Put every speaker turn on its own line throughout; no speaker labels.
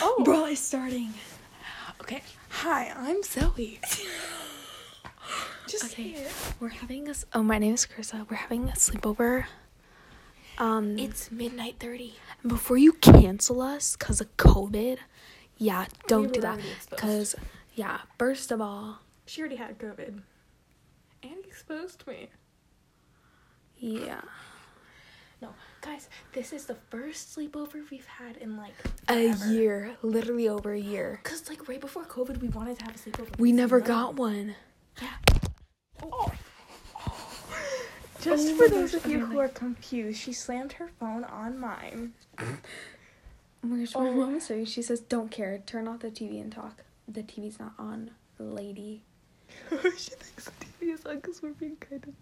go.
Brawl is starting.
Okay. Hi, I'm Zoe. Just
Okay.
say it.
We're having us. Oh, my name is Carissa. We're having a sleepover. Um,
It's midnight thirty.
and before you cancel us because of COVID, yeah, don't
were
do that.
already exposed.
Because, yeah, first of all,
She already had COVID. And exposed me.
yeah,
No, guys, this is the first sleepover we've had in like
a
forever.
year, literally over a year.
Cause like right before COVID, we wanted to have a sleepover.
We
It's
never
not-
got one.
Oh. Just
Oh
for
my
those
gosh,
of you
okay,
who are confused, she slammed her phone on mine.
Oh my gosh, my
Oh.
mom is saying she says, "Don't care. Turn off the TV and talk. The TV's not on, lady."
she thinks the TV is on because we're being kind of.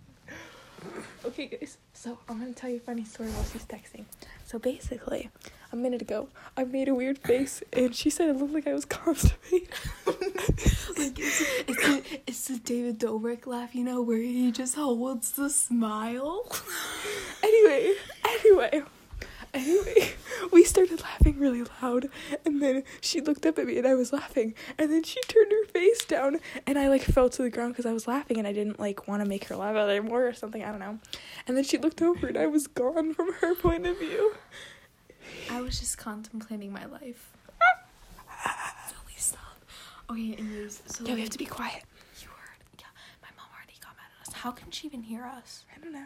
Okay, guys. So I'm gonna tell you a funny story while she's texting. So basically, a minute ago, I made a weird face, and she said it looked like I was constipated.
like it's, it's, the, it's the David Dobrik laugh, you know, where he just holds the smile.
anyway, anyway, anyway, we started laughing really loud, and then she looked up at me, and I was laughing, and then she turned her face down, and I like fell to the ground because I was laughing, and I didn't like want to make her laugh anymore or something. I don't know. And then she looked over, and I was gone from her point of view.
I was just contemplating my life. Zoe, stop. Okay, anyways, so
Yeah, we have to be quiet.
You heard? Yeah, my mom already got mad at us. How can she even hear us?
I don't know.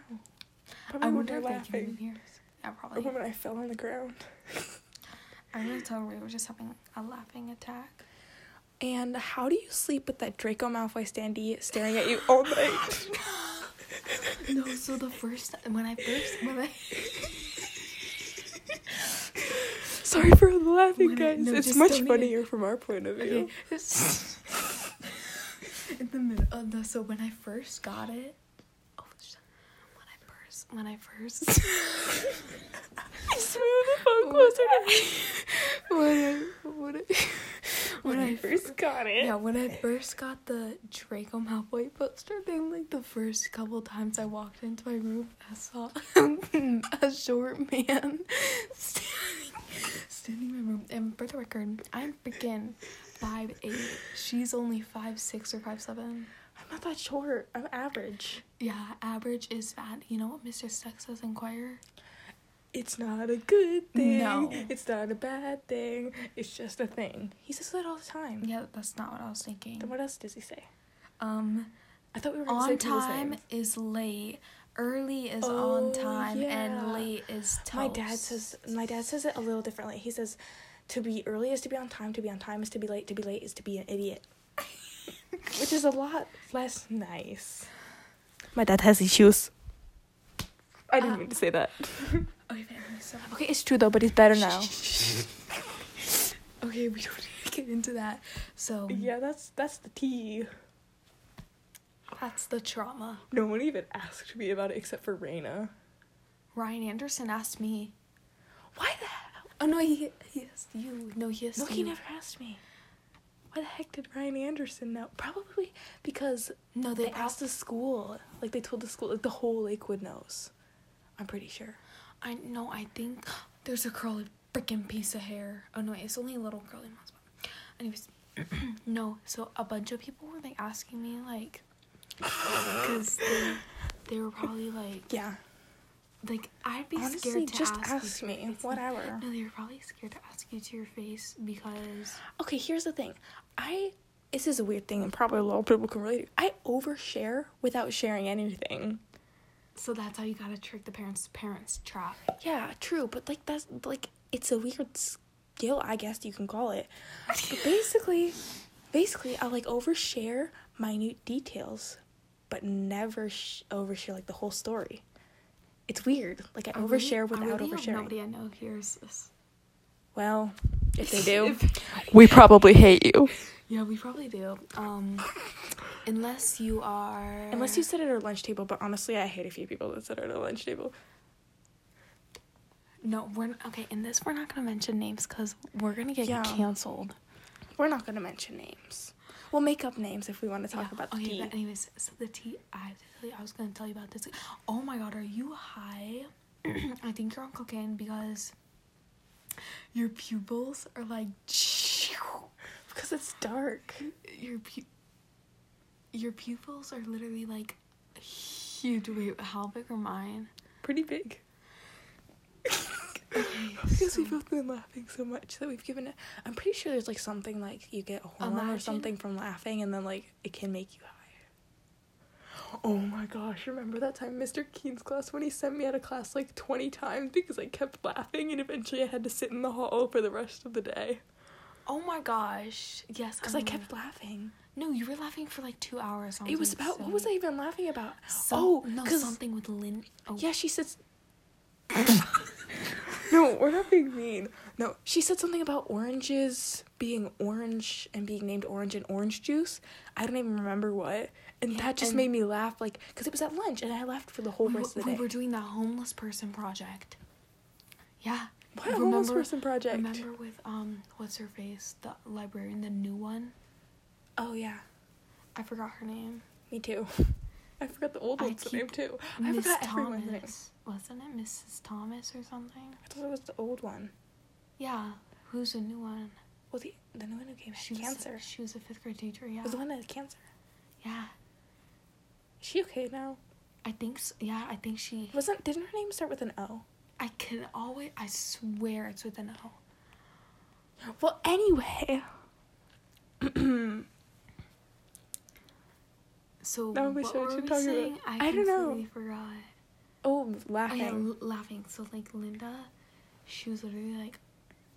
Probably
I
when
wonder if
you're
they can even
laughing.
hear us. Yeah,
Or
probably.
when I fell on the ground.
I'm gonna tell her we were just having a laughing attack.
And how do you sleep with that Draco Malfoy standee staring at you all night?
No, so the first when I first when I
Sorry for the laughing,
When I-
guys.
no,
it's
just
much
don't even-
funnier from our point of view.
Okay. in the middle. Uh, no, so when I first got it, oh, sh- when I first, when I first,
I swear the phone closer to me.
when I, when I, when I
first got it.
yeah, when I first got the Draco Malfoy poster thing, like the first couple times I walked into my room, I saw a short man standing, standing in my room. And for the record, I'm freaking five eight. She's only five six or five seven.
I'm not that short. I'm average.
Yeah, average is fat. You know what Mr. Stuck says in choir?
It's not a good thing.
No.
It's not a bad thing. It's just a thing. He says that all the time.
Yeah, that's not what I was thinking.
Then what else does he say?
Um,
I thought we were gonna say
on
people the
time
same.
is late. Early is
Oh,
on time,
yeah.
and late is toast.
My dad says my dad says it a little differently. He says to be early is to be on time, to be on time is to be late, to be late is to be an idiot. Which is a lot less nice. My dad has issues. I didn't
Uh,
mean to say that.
Okay, family, so-
Okay, it's true though, but he's better now.
okay, we don't need to get into that. So
yeah, that's that's the tea.
that's the trauma.
No one even asked me about it except for Raina.
Ryan Anderson asked me.
Why the hell?
Oh no, he he asked you. No, he asked
No,
you.
he never asked me. Why the heck did Ryan Anderson know? Probably because
No, they,
Oh, They asked the school, like they told the school, like the whole Lakewood knows. I'm pretty sure.
I no, I think there's a curly freaking piece of hair. Oh no, it's only a little curly mouse. But anyways, no. So a bunch of people were like asking me like, because they, they were probably like
Yeah.
like I'd be
Honestly,
scared to
just
ask,
ask,
you to your
me.
face.
Whatever.
No, they were probably scared to ask you to your face because
Okay, here's the thing. I this is a weird thing, and probably a lot of people can relate. to. I overshare without sharing anything.
so that's how you gotta trick the parents. Parents trap.
Yeah, true, but like that's like it's a weird skill, I guess you can call it. But basically, basically, I like overshare minute details, but never sh- overshare like the whole story. It's weird. Like I,
I really-
overshare
I
without
really hope
oversharing.
Nobody I know hears this.
Well, if they do,
If-
we probably hate you.
yeah, we probably do. Um, unless you are
Unless you sit at our lunch table, but honestly, I hate a few people that sit at our lunch table.
No, we're okay. In this, we're not gonna mention names because we're gonna get
Yeah.
canceled.
We're not going to mention names. We'll make up names if we want to talk
Yeah,
about the
okay,
tea.
but anyways, so the tea. I literally, I was gonna tell you about this. Oh my god, are you high? I think you're on cocaine because your pupils are like.
Cause it's dark.
Your pu- your pupils are literally like huge. Wait, how big are mine?
Pretty big.
Okay,
Because
so-
we've both been laughing so much that we've given it. I'm pretty sure there's like something like you get a horn or
Imagine-
something from laughing, and then like it can make you higher. Oh my gosh! Remember that time Mr. Keen's class when he sent me out of class like 20 times because I kept laughing, and eventually I had to sit in the hall for the rest of the day
oh my gosh. Yes,
because I kept laughing.
No, you were laughing for like two hours.
It was about what was I even laughing about?
oh,
Oh,
no,
'cause-
something with Lynn. Oh.
Yeah, she says. no, we're not being mean. No, she said something about oranges being orange and being named orange and orange juice. I don't even remember what, and
Yeah,
that just
and-
made me laugh. Like, cause it was at lunch, and I laughed for the whole
we, were-
rest of the
we
day.
were doing that homeless person project. Yeah.
what a homeless
remember-
person project?
Remember with um, what's her face, the librarian, the new one.
Oh yeah,
I forgot her name.
me too. I forgot the old
I
one's
keep
name too. I
Miss
forgot everyone's name.
Thomas. Wasn't it Mrs. Thomas or something?
I thought it was the old one.
Yeah. Who's the new one?
Well, the the new one who came
She
had cancer.
Was a, she was a fifth grade teacher.
It
Yeah.
was the one that had cancer.
Yeah.
Is she okay now?
I think. So, yeah. I think she.
Wasn't didn't her name start with an O?
I can always. I swear it's with an O.
Well, anyway.
So
Now we
what
should-
were
should
we
talk about-
saying?
I don't know.
completely Forgot.
oh,
Oh yeah,
laughing.
l- laughing. So like Linda, she was literally like,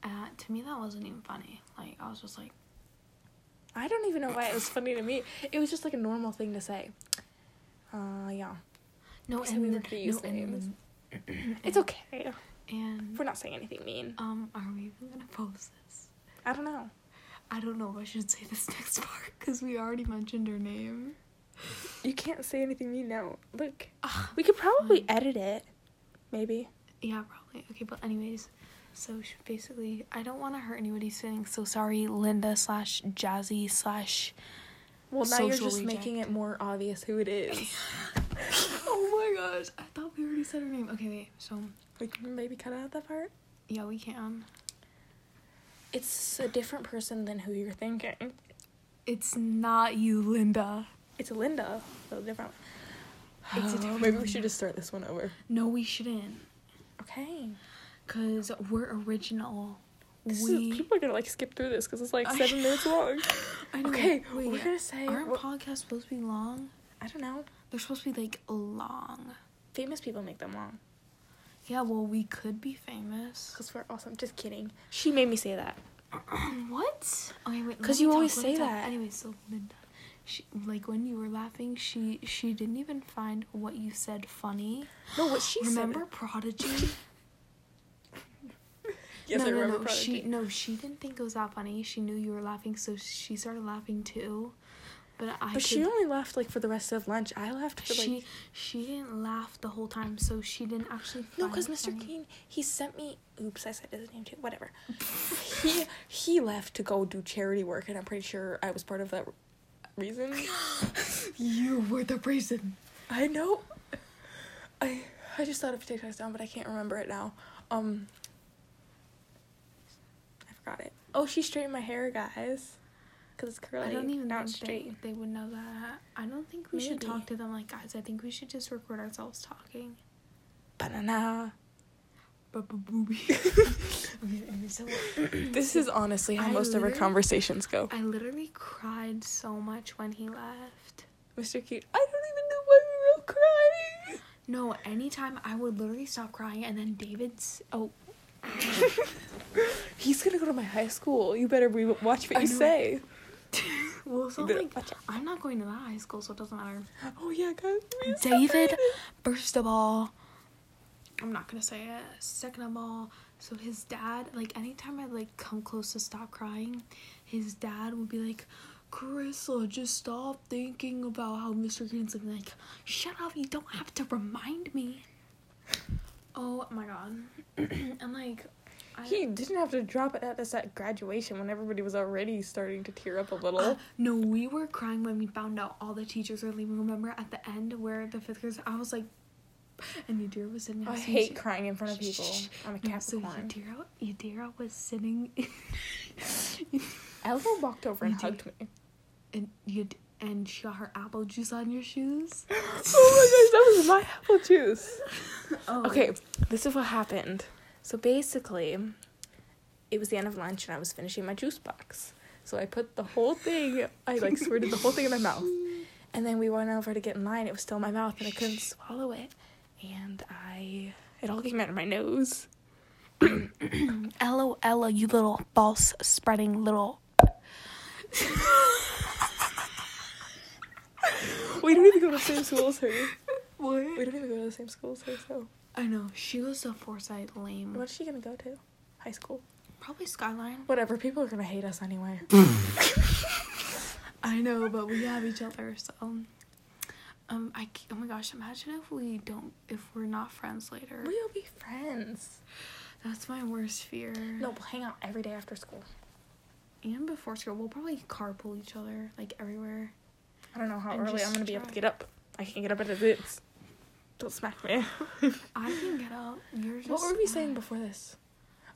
uh, to me that wasn't even funny. Like I was just like,
I don't even know why it was funny to me. It was just like a normal thing to say. Uh, yeah.
no,
So
and
we
the-
would reuse
no, and,
names. It's okay.
and
We're not saying anything mean.
um, are we even gonna post this?
I don't know.
I don't know if I should say this next part because we already mentioned her name.
You can't say anything mean now. Look. Mm.
Ugh,
We could probably
fine.
edit it. Maybe.
Yeah, probably. Okay, but anyways, so she basically, I don't want to hurt anybody's feelings. So sorry, Linda slash Jazzy slash.
Well, now you're
Social
just making it more obvious who it is.
oh my gosh! I thought we already said her name. Okay, wait. So
we can maybe cut out that part.
yeah, we can.
It's a different person than who you're thinking.
It's not you, Linda.
It's Linda. So different.
It's a different
maybe we
one.
should just start this one over.
No, we shouldn't.
Okay.
Cause we're original.
This
we.
is, people are gonna like skip through this because it's like
I-
seven minutes long.
I know,
Okay,
wait,
we're gonna say
aren't
what-
podcasts supposed to be long?
I don't know.
They're supposed to be like long.
Famous people make them long
Yeah, well, we could be famous.
because we're awesome. Just kidding. She made me say that.
what? Okay, wait. let
'Cause
me
you
talk,
always
let me
say
talk.
that.
Anyway, so Linda, she like when you were laughing, she she didn't even find what you said funny.
No, what she
remember Prodigy?
said. Yes,
no,
I
no,
remember.
no. She
Prodigy.
no, she didn't think it was that funny. She knew you were laughing, so she started laughing too. But I
but
could,
she only laughed like for the rest of lunch. I laughed for like
she she didn't laugh the whole time, so she didn't actually.
no,
find
because
it
Mr.
funny.
Keene he sent me. Oops, I said his name too. Whatever. he he left to go do charity work, and I'm pretty sure I was part of that reason.
You were the reason.
I know. I I just thought of TikTok's down, but I can't remember it now. Um, I forgot it. Oh, she straightened my hair, guys, because it's curly.
I don't even
now
think
it's straight.
They, they would know that. I don't think we should
Maybe.
talk to them like guys. I think we should just record ourselves talking.
Banana.
so
This is honestly how
I
most of our
literally-
conversations go.
I literally cried so much when he left.
Mr. Cute, I don't even know why we were all crying.
No, anytime I would literally stop crying, and then David's. Oh,
He's gonna go to my high school. You better re- watch what
I
you
know.
say.
well, so
You better
like
watch out.
I'm not going to that high school, so it doesn't matter.
Oh yeah, guys. we separated.
David, first of all, I'm not gonna say it. Second of all, so his dad, like anytime I like come close to stop crying, his dad would be like, Carissa, just stop thinking about how Mr. Green's looking like, shut up, you don't have to remind me. Oh my god. and like I,
He didn't have to drop it at us at graduation when everybody was already starting to tear up a little.
Uh, no, we were crying when we found out all the teachers were leaving. Remember at the end where the fifth graders, I was like, and Yadira was sitting
I
next to me,
hate
she-
crying in front of people.
Shh, shh, shh.
I'm a
No, so
Capricorn.
Yadira, Yadira was sitting.
Elva walked over and
You do.
hugged me.
and you and she got her apple juice on your shoes.
Oh my gosh, that was my apple juice.
Oh.
Okay, this is what happened. So basically, it was the end of lunch and I was finishing my juice box. So I put the whole thing, I like squirted the whole thing in my mouth. And then we went over to get in line. It was still in my mouth and I couldn't swallow it. And I, it all came out of my nose.
Ella, Ella, you little false spreading little.
We don't even go to the same school as her. We
What?
don't even go to the same school as her, so.
I know she goes to Forsyth Lame.
What's she gonna go to? High school.
Probably Skyline.
Whatever, people are gonna hate us anyway.
I know, but we have each other, so. Um, I c- oh my gosh! Imagine if we don't, if we're not friends later.
We'll be friends.
That's my worst fear.
No, we'll hang out every day after school.
And before school, we'll probably carpool each other like everywhere.
I don't know how
And
early I'm
just
gonna be able to
try.
get up. I can get up at the boots. Don't smack me.
I can get out. You're just.
What were we saying before this?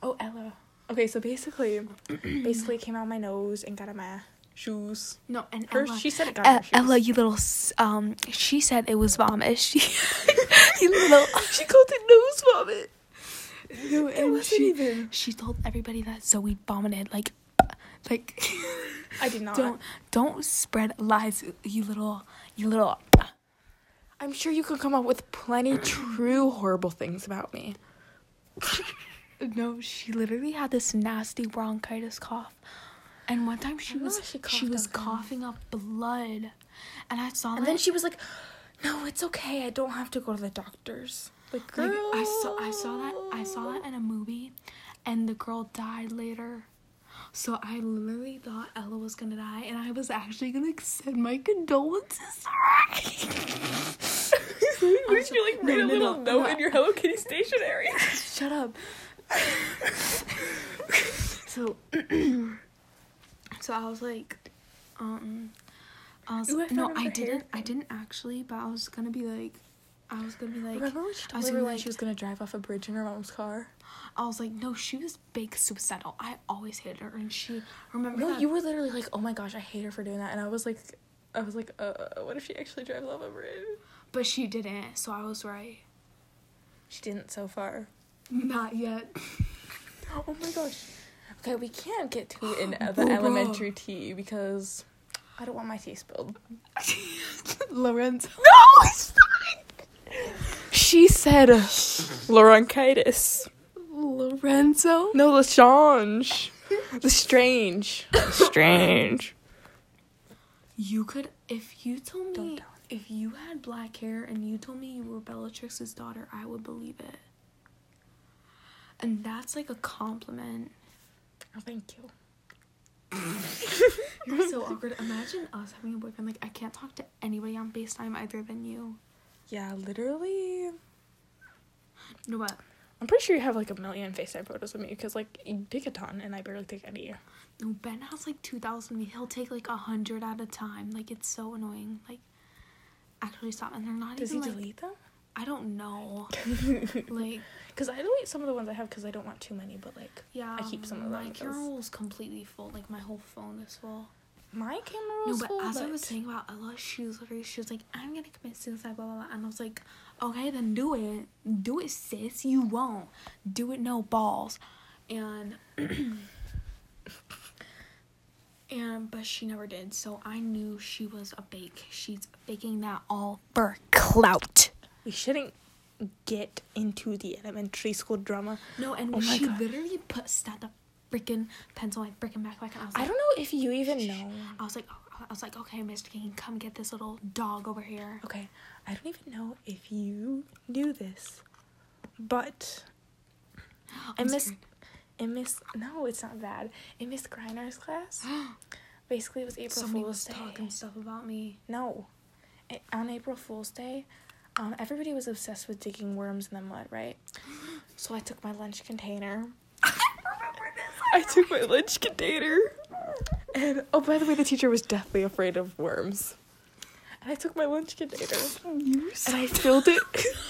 Oh, Ella. Okay, so basically, basically it came out my nose and got on my shoes.
No, and
First,
Ella.
she said it got
E-
on my
Ella,
shoes.
you little. s- Um, she said it was vomit. She, you little.
she called it nose vomit.
No,
It wasn't even.
She told everybody that Zoe vomited. Like, like,
I did not.
don't don't spread lies. You little. You little.
I'm sure you could come up with plenty true horrible things about me.
No, she literally had this nasty bronchitis cough. And one time she
I know
was
she
she,
coughed
was
up then.
coughing up blood, and I saw that.
And then she was like, "No, it's okay. I don't have to go to the doctors." Like, girl.
Like, I saw I saw that I saw that in a movie, and the girl died later. So I literally thought Ella was gonna die, and I was actually gonna send my condolences. to her.
Where'd you like
No,
read a
no,
little
no,
note
no.
in your Hello Kitty stationery?
Shut up. so, so I was like, um, I was
Ooh, I
no,
found
I
another hair
didn't, I
thing.
didn't actually, but I was gonna be like, I was gonna be like,
Remember when she
I was
told me
gonna
when
like-
she was Oh gonna drive off a bridge in her mom's car?
I was like, no, she was big suicidal. I always hated her, and she remember
No,
that-
you were literally like, "Oh my gosh, I hate her for doing that," and I was like, "I was like, uh, what if she actually drives off a bridge?"
but she didn't. So I was right.
She didn't so far.
Not yet.
Oh my gosh. Okay, we can't get to in the
Bro, bro.
elementary tea because I don't want my tea spilled.
Lorenzo. No, it's
She said, "Laurentitis."
Lorenzo.
No, Lestrange. Lestrange. Strange.
You could, if you told
Don't
me,
tell
if you had black hair and you told me you were Bellatrix's daughter, I would believe it. And that's like a compliment.
Oh, thank you.
You're so awkward. Imagine us having a boyfriend. Like, I can't talk to anybody on FaceTime either than you.
Yeah, literally.
No, but
I'm pretty sure you have like a million FaceTime photos of me because like you take a ton and I barely take any.
no, Ben has like 2,000. He'll take like 100 at a time. Like, it's so annoying. Like, actually, stop. And they're not
Does he
even like,
delete them?
I don't know. like,
Because I delete some of the ones I have because I don't want too many. But like
yeah.
I keep some of
My
them, 'cause-
camera roll's completely full. Like, my whole phone is full.
my camera
No,
was
but
full.
as I was
but-
saying about Ella, she was literally she was like, I'm gonna commit suicide, blah blah blah. And I was like, Okay, then do it. Do it, sis. You won't. Do it no balls. And and but she never did, so I knew she was a fake. She's faking that all for clout.
we shouldn't get into the elementary school drama.
No, and
Oh my
she
God.
literally put stabbed a freaking pencil in my freaking backpack and I was like
I don't know if you even know.
I was like oh, I was like, okay, Mr. King, come get this little dog over here.
Okay, I don't even know if you knew this, but
I'm
And Miss-
scared.
in Miss no, it's not bad. In Miss Griner's class, basically it was April
Somebody
Fool's
was
Day.
talking stuff about me.
No. It, on April Fool's Day, um, everybody was obsessed with digging worms in the mud, right? So I took my lunch container. I took my lunch container. And oh, by the way, the teacher was deathly afraid of worms. And I took my lunch container and I filled it.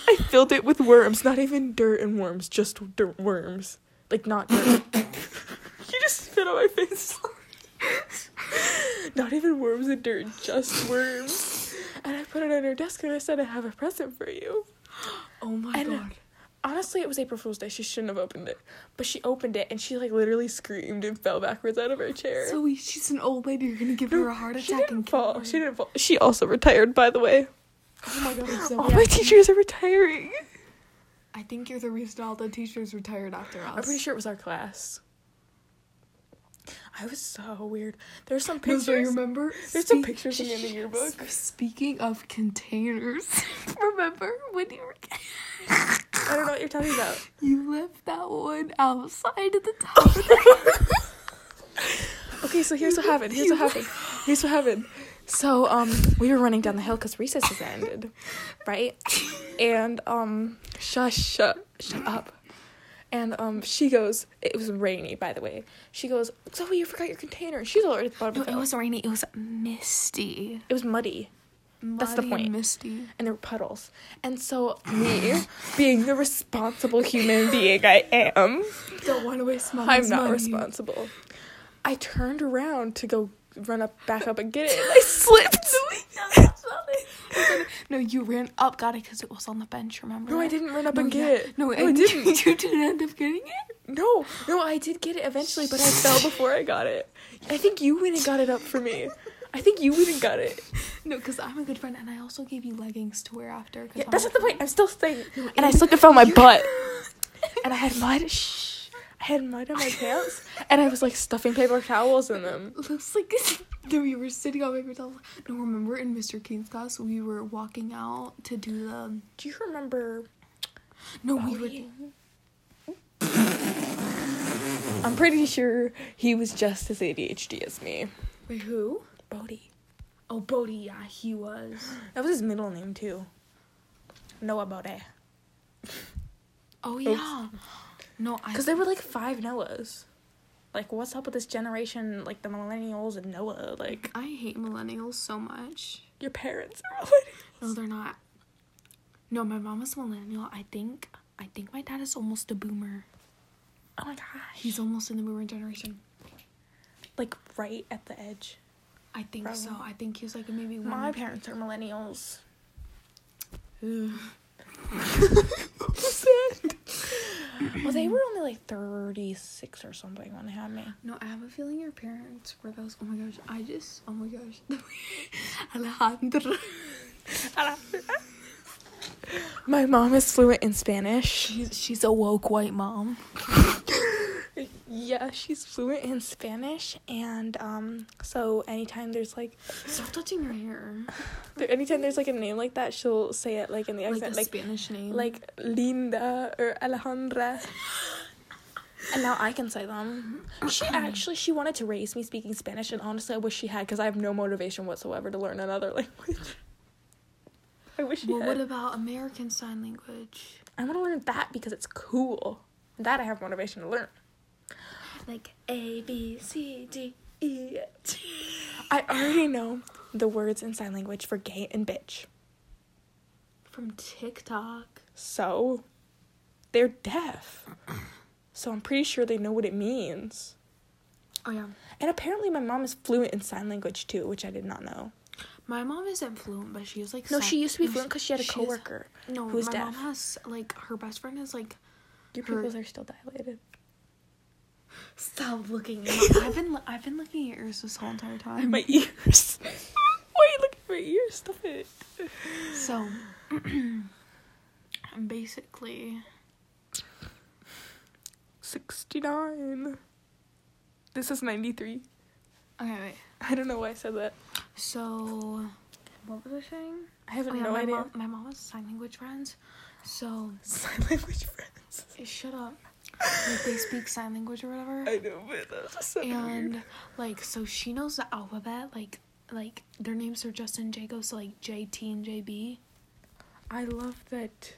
I filled it with worms, not even dirt and worms, just dirt worms, like not dirt. you just spit on my
It's
Not even worms and dirt, just worms. And I put it on her desk and I said, I have a present for you.
oh my
And-
god.
Honestly, it was April Fool's Day. She shouldn't have opened it. But she opened it and she, like, literally screamed and fell backwards out of her chair.
So we- she's an old lady. You're gonna give
No,
her a heart
she
attack
didn't
and kill
fall.
her.
She didn't fall. She also retired, by the way.
Oh my god. I'm so
All
mad.
my teachers are retiring.
I think you're the reason all the teachers retired after us.
I'm pretty sure it was our class. I was so weird. There's some
No,
pictures.
so you remember?
There's some
Speak-
pictures of me in the yearbook.
S- Speaking of containers, remember when you were,
I don't know what you're talking about.
you left that one outside at the top? of the-
Okay, so here's what happened. Here's what happened. Here's what happened. So, um, we were running down the hill because recess has ended, right? And um, shush, shut, shut up. And um, she goes. It was rainy, by the way. She goes, Zoe, you forgot your container. And she's already at the bottom
no,
of the
it
hill.
was rainy. It was misty.
It was muddy, That's the
Muddy,
point.
Misty.
and there were puddles. And so me, being the responsible human being I am,
Don't want to waste my
I'm not responsible. I turned around to go run up, back up, and get it, and I slipped.
No, you ran up, got it, because it was on the bench. Remember?
No, I
that?
didn't run up
No,
and
yeah.
get it.
No,
no,
and
I
you-
didn't.
You didn't end up getting it.
No, no, I did get it eventually, but I fell before I got it. I think you went and got it up for me. I think you went and got it.
No, because I'm a good friend, and I also gave you leggings to wear after. 'cause
Yeah,
I'm
that's
a
not the
good
point. I'm still saying.
friend. No,
And I
and-
slipped and fell on my butt. And I had mud. Shh. I had mud on my pants, and I was like stuffing paper towels in them.
looks like no, we were sitting on paper towels. No, remember in Mr. King's class we were walking out to do the
Do you remember?
no we were
Bowie? I'm pretty sure he was just as ADHD as me.
wait who
Bodie.
oh Bodhi yeah he was
That was his middle name too. Noah Bodie.
oh yeah no I
Because there were like five Noahs. Like, what's up with this generation, like the millennials and Noah? Like,
I hate millennials so much
your parents are
no
millennials.
they're not no my mom is millennial I think I think my dad is almost a boomer
Oh my gosh.
he's almost in the boomer generation
like right at the edge. Mm-hmm.
I think so
Probably.
I think he's like maybe one
My
or-
parents are millennials. Well, they were only like 36 or something when they had me.
No, I have a feeling your parents were those. Oh my gosh, I just. Oh my gosh. Alejandra.
My mom is fluent in Spanish.
She's, she's a woke white mom.
Yeah, she's fluent in Spanish, and um, so anytime there's like,
Stop touching your hair.
there, anytime there's like a name like that, she'll say it like in the
Like
accent,
a
like
Spanish name.
like Linda or Alejandra. And now I can say them. She actually she wanted to raise me speaking Spanish, and honestly, I wish she had because I have no motivation whatsoever to learn another language. I wish she
Well,
had.
what about American Sign Language?
I want to learn that because it's cool. That I have motivation to learn.
Like A, B, C, D, E. T.
I already know the words in sign language for gay and bitch.
From TikTok.
So they're deaf. So I'm pretty sure they know what it means.
Oh, yeah.
And apparently my mom is fluent in sign language too, which I did not know.
My mom isn't fluent, but she's like.
No,
sign-
she used to be
no,
fluent because she had a
she's-
coworker.
No,
who's
my mom
deaf.
has, like, her best friend is like.
Your
her-
pupils are still dilated.
Stop looking. I've been I've been looking at yours this whole entire time.
My ears. Why are you looking at my ears? Stop it.
So, basically,
69. This is 93.
okay, wait.
I don't know why I said that.
So, what was I saying?
I have
Oh, yeah,
no
my
idea.
mom, my mom has sign language friends. So,
Sign language friends.
shut up. Like they speak sign language or whatever.
I know, but that was just so weird.
and like, so she knows the alphabet. Like, like their names are Justin Jacob. So like JT and JB,
I love that.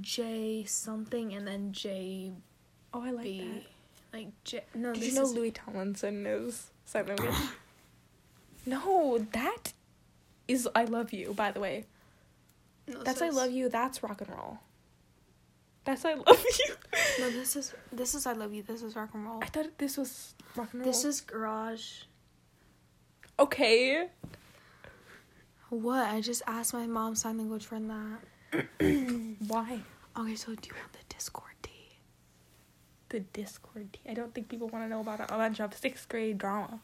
J something, and then JB.
Oh, I like that.
Like J. No,
Did
this
you know
is-
Louis Tomlinson knows sign language? no, that is I Love You, by the way.
no,
That's I Love You, that's rock and roll. That's I love you.
No, this is this is I love you. This is rock and roll.
I thought this was rock and roll.
Oh. This is garage.
okay.
What? I just asked my mom sign language for that. Mm.
Why
Okay, so do you want the Discord tea?
the Discord? I don't think people want to know about a bunch of sixth grade drama.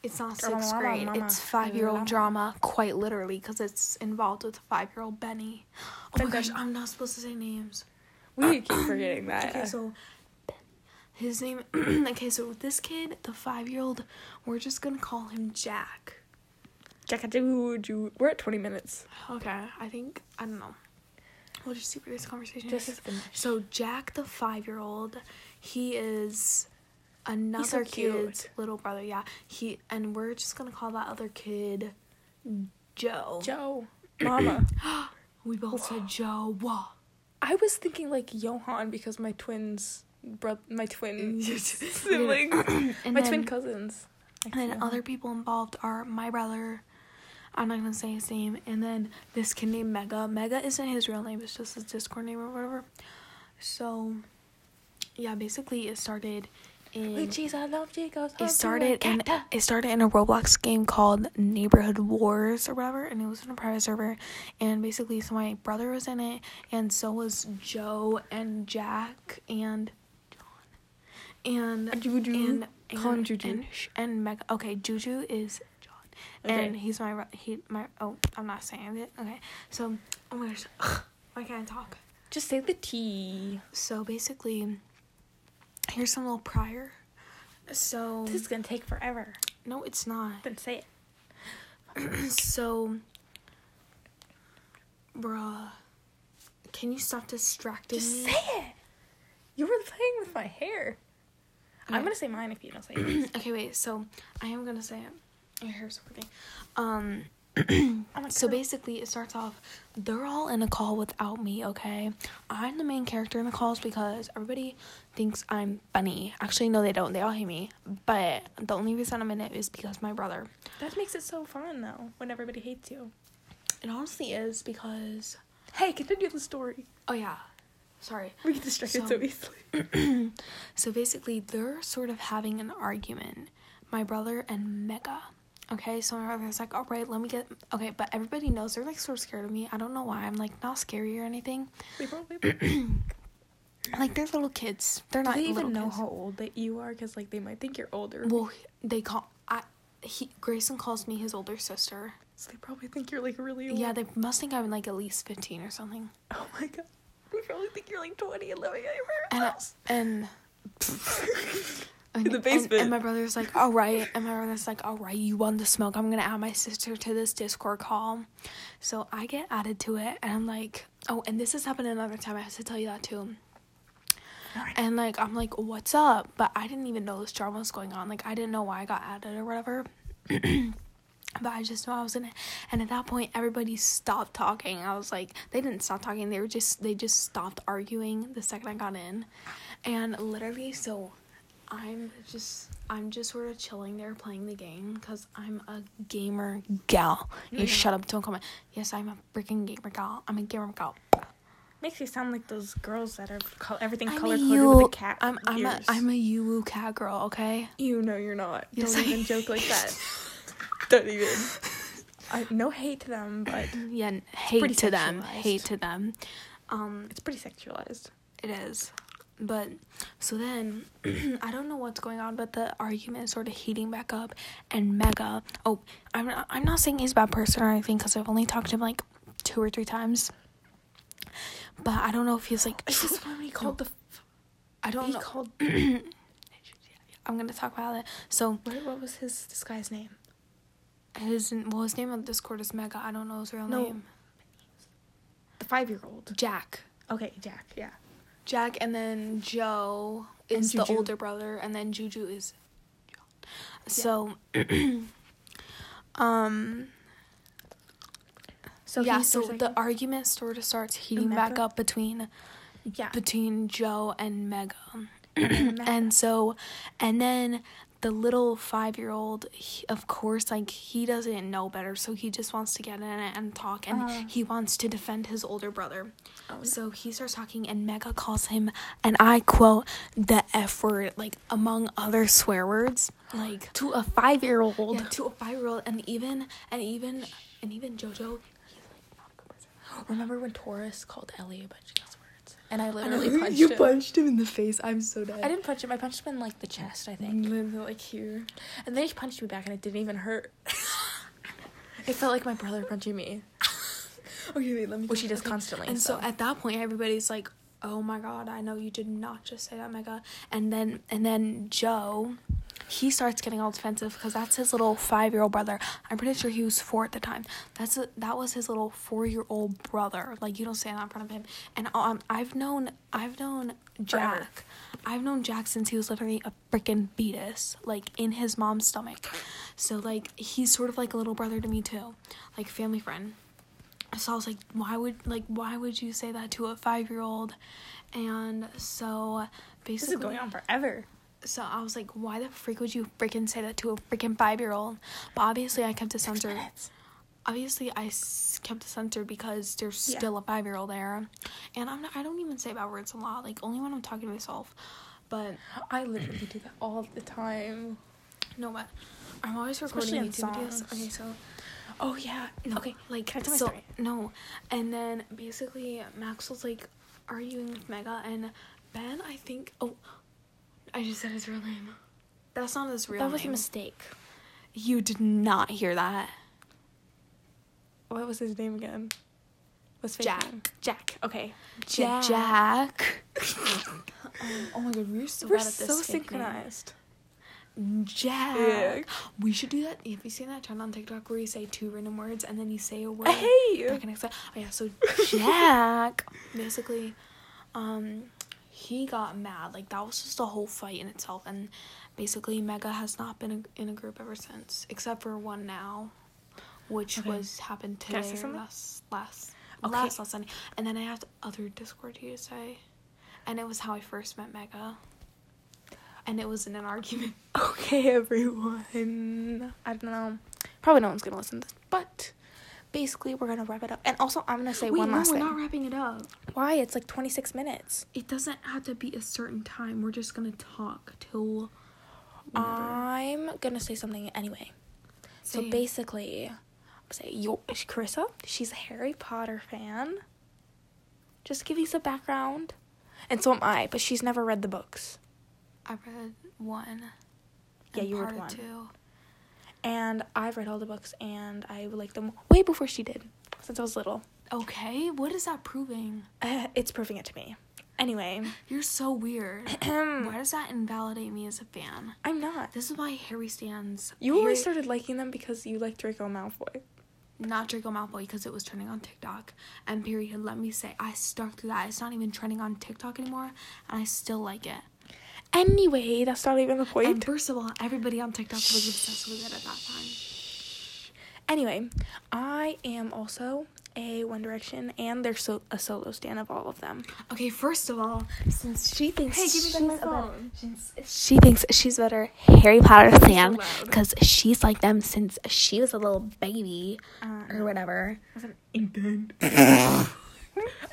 It's not
Drama,
sixth
mama,
grade.
mama,
It's five year
mama.
old drama, quite literally, because it's involved with five year old Benny. Oh my
Okay.
gosh, I'm not supposed to say names.
We keep forgetting that.
Okay, so his name. okay, so with this kid, the five year old, we're just gonna call him Jack.
Jackajoo, we're at twenty minutes.
Okay, I think I don't know. We'll just see where this conversation
This
is.
is finished.
So Jack, the five-year-old, he is another
cute.
kid's little brother. Yeah, he and we're just gonna call that other kid Joe.
Joe, Mama.
We both said Joe. Whoa.
I was thinking like Johan because my twins, bro- my twin
Your twin-
siblings,
And
my
then,
twin cousins.
and then other people involved are my brother. I'm not gonna say his name. And then this kid named Mega. Mega isn't his real name. It's just his Discord name or whatever. So, yeah, basically it started in.
Luchis, I love Jacob's.
It started in it started in a Roblox game called Neighborhood Wars or whatever, and it was in a private server. And basically, so my brother was in it, and so was Joe and Jack and John and
Juju.
and and,
Call him Juju.
and, sh- and Meg. Okay, Juju is John, and
Okay.
he's my ro- he my oh I'm not saying it. Okay, so oh my gosh, ugh, why can't I talk?
Just say the T.
So basically, here's some little prior. So
This is gonna take forever.
no, it's not.
Then say it.
So, bruh, can you stop distracting
Just
me?
say it. You were playing with my hair. I'm
Okay.
gonna say mine if you don't say yours.
okay, wait. So I am gonna say it. My hair's working. Um.
I'm like,
So
"Girl,
basically, it starts off. They're all in a call without me. Okay, I'm the main character in the calls because everybody thinks I'm funny. Actually, no, they don't. They all hate me. But the only reason I'm in it is because my brother.
that makes it so fun though when everybody hates you.
It honestly is because.
Hey, continue the story.
Oh yeah, sorry.
We get distracted so,
So-
easily.
So basically, they're sort of having an argument, my brother and Mega. Okay, so my brother's like, all right, let me get. Okay, but everybody knows they're like sort of scared of me. I don't know why. I'm like not scary or anything.
They probably do
Like they're little kids. They're not
they even
little
know
kids.
how old that you are because like they might think you're older.
Well, he- they call. I he Grayson calls me his older sister.
so they probably think you're like really old.
Yeah, they must think I'm like at least fifteen or something.
Oh my god. They probably think you're like 20 and living at your
And I-
parents'
and. and-
In the
and- And,
basement.
my brother's like, all right. And my brother's like, all right, you won the smoke. I'm going to add my sister to this Discord call. So I get added to it. And I'm like, oh, and this has happened another time. I have to tell you that too.
house.
And like, I'm like, what's up? But I didn't even know this drama was going on. Like, I didn't know why I got added or whatever. but I just knew I was in it. And at that point, everybody stopped talking. I was like, they didn't stop talking. They were just, they just stopped arguing the second I got in. And literally, so I'm just, I'm just sort of chilling there playing the game because I'm a gamer gal.
Mm-hmm.
You shut up, don't comment. Yes, I'm a freaking gamer gal. I'm a gamer gal.
Makes you sound like those girls that are col- everything
I'm
color
a
coded with a
Yule-
cat.
I'm I'm a,
ears.
I'm a Yulu cat girl, okay?
You know you're not.
Yes,
Don't
I-
even joke like that. Don't even. I, no hate to them, but
Yeah, n- hate
pretty
to them.
sexualized.
Hate to them. Um,
it's pretty sexualized.
it is. But so then I don't know what's going on, but the argument is sort of heating back up and Mega oh I'm not I'm not saying he's a bad person or anything because I've only talked to him like two or three times. But I don't know if he's like
when he
called
the.
I don't
he
know.
called.
I'm gonna talk about it. So
What, what was his disguise name?
his well his name on Discord is Mega. I don't know his real
No.
name.
The five year old.
Jack.
Okay, Jack. Yeah.
Jack and then Joe
And
is the
Juju.
older brother and then Juju is John. So um
So
yeah,
he's
so
there's,
the
like-
argument sort of starts heating back
Mecca?
up between
yeah.
between Joe and Mega.
and then Matt-
And so and then the little five year old, of course, like he doesn't know better, so he just wants to get in it and talk, and
Uh.
he wants to defend his older brother.
Oh,
So he starts talking, and Mega calls him, and I quote, the F word, like among other swear words, like
to a five year old.
yeah, to a five year old, and even, and even, and even JoJo, he's like, not a good person.
Remember when Taurus called Ellie a bunch of cuss words? And I
I
literally
know,
punched
you
him.
punched him in the face. I'm so dead.
I didn't punch him. I punched him in like the chest, I think.
And then they're like here.
And then he punched me back, and it didn't even hurt. it felt like my brother punching me,
Okay, wait. Let me.
which he
go.
does constantly.
And so
so,
at that point, everybody's like, "Oh my god, I know you did not just say that, Mega." And then and then Joe, he starts getting all defensive because that's his little five year old brother. I'm pretty sure he was four at the time. That's a, that was his little four year old brother. Like you don't say that in front of him. And um, I've known I've known Jack.
Forever.
I've known Jack since he was literally a freaking fetus, like in his mom's stomach. So like he's sort of like a little brother to me too, like family friend. So I was like, why would like why would you say that to a five year old? And so
this
basically,
is going on forever.
so I was like, why the freak would you freaking say that to a freaking five year old? But obviously, I kept it censored. Obviously, I s- kept it censored because there's
Yeah.
still a five year old there, and I'm not, I don't even say bad words a lot. Like only when I'm talking to myself. But
I literally do that all the time.
no, but I'm always recording
Especially in
YouTube videos.
songs.
Okay, so
Oh yeah.
No,
Okay.
like
can I tell my
so,
story?
No, and then basically Max was like arguing with Mega and Ben. I think. Oh, I just said his real name. That's not his real
That was a
name.
mistake.
you did not hear that,
What was his name again? What's fake
Jack.
name?
Jack. Okay.
Yeah,
Jack.
Jack.
Oh my god, we were so
We're
bad at this.
so
fake name.
synchronized.
Jack.
Yeah.
We should do that. Have you seen that trend on TikTok where you say two random words and then you say a word?
Hey.
Back in Excel. Oh yeah, so Jack basically um he got mad. Like that was just a whole fight in itself and basically Mega has not been a, in a group ever since except for one now which
Okay.
was happened
Can I say
today or
something?
last last
Okay.
last last Sunday. And then I have other Discord to say and it was how I first met Mega. And it was in an argument.
Okay, everyone.
I don't know. Probably no one's gonna listen to this, but basically we're gonna wrap it up. And also, I'm gonna say
Wait,
one
no,
last
we're
thing.
not wrapping it up.
Why? It's like 26 minutes.
It doesn't have to be a certain time. We're just gonna talk till. whenever.
I'm gonna say something anyway. So
Say-
basically, say your Carissa, she's a Harry Potter fan. Just to give you some background, and so am I. But she's never read the books,
I read one.
Yeah,
and
you read
part of
one.
Two.
and I've read all the books, and I liked them way before she did, since I was little.
Okay, what is that proving?
Uh, it's proving it to me. Anyway,
You're so weird. Why
I'm
does that invalidate me as a fan?
not.
This is why Harry stands.
You
Harry,
always started liking them because you liked Draco Malfoy.
not Draco Malfoy because it was trending on TikTok. And period. Let me say, I stuck to that. It's not even trending on TikTok anymore, and I still like it.
Anyway, that's not even the
Um,
And
point.
first of all, everybody on TikTok was obsessed with it at that time.
Anyway, I am also a One Direction, and they're so- a solo stand of all of them.
Okay, first of all, since she thinks
Hey, give me
she's
back my
a better-
phone.
since she thinks she's a better Harry Potter fan
loud.
because she's like them since she was a little baby
Uh,
or whatever.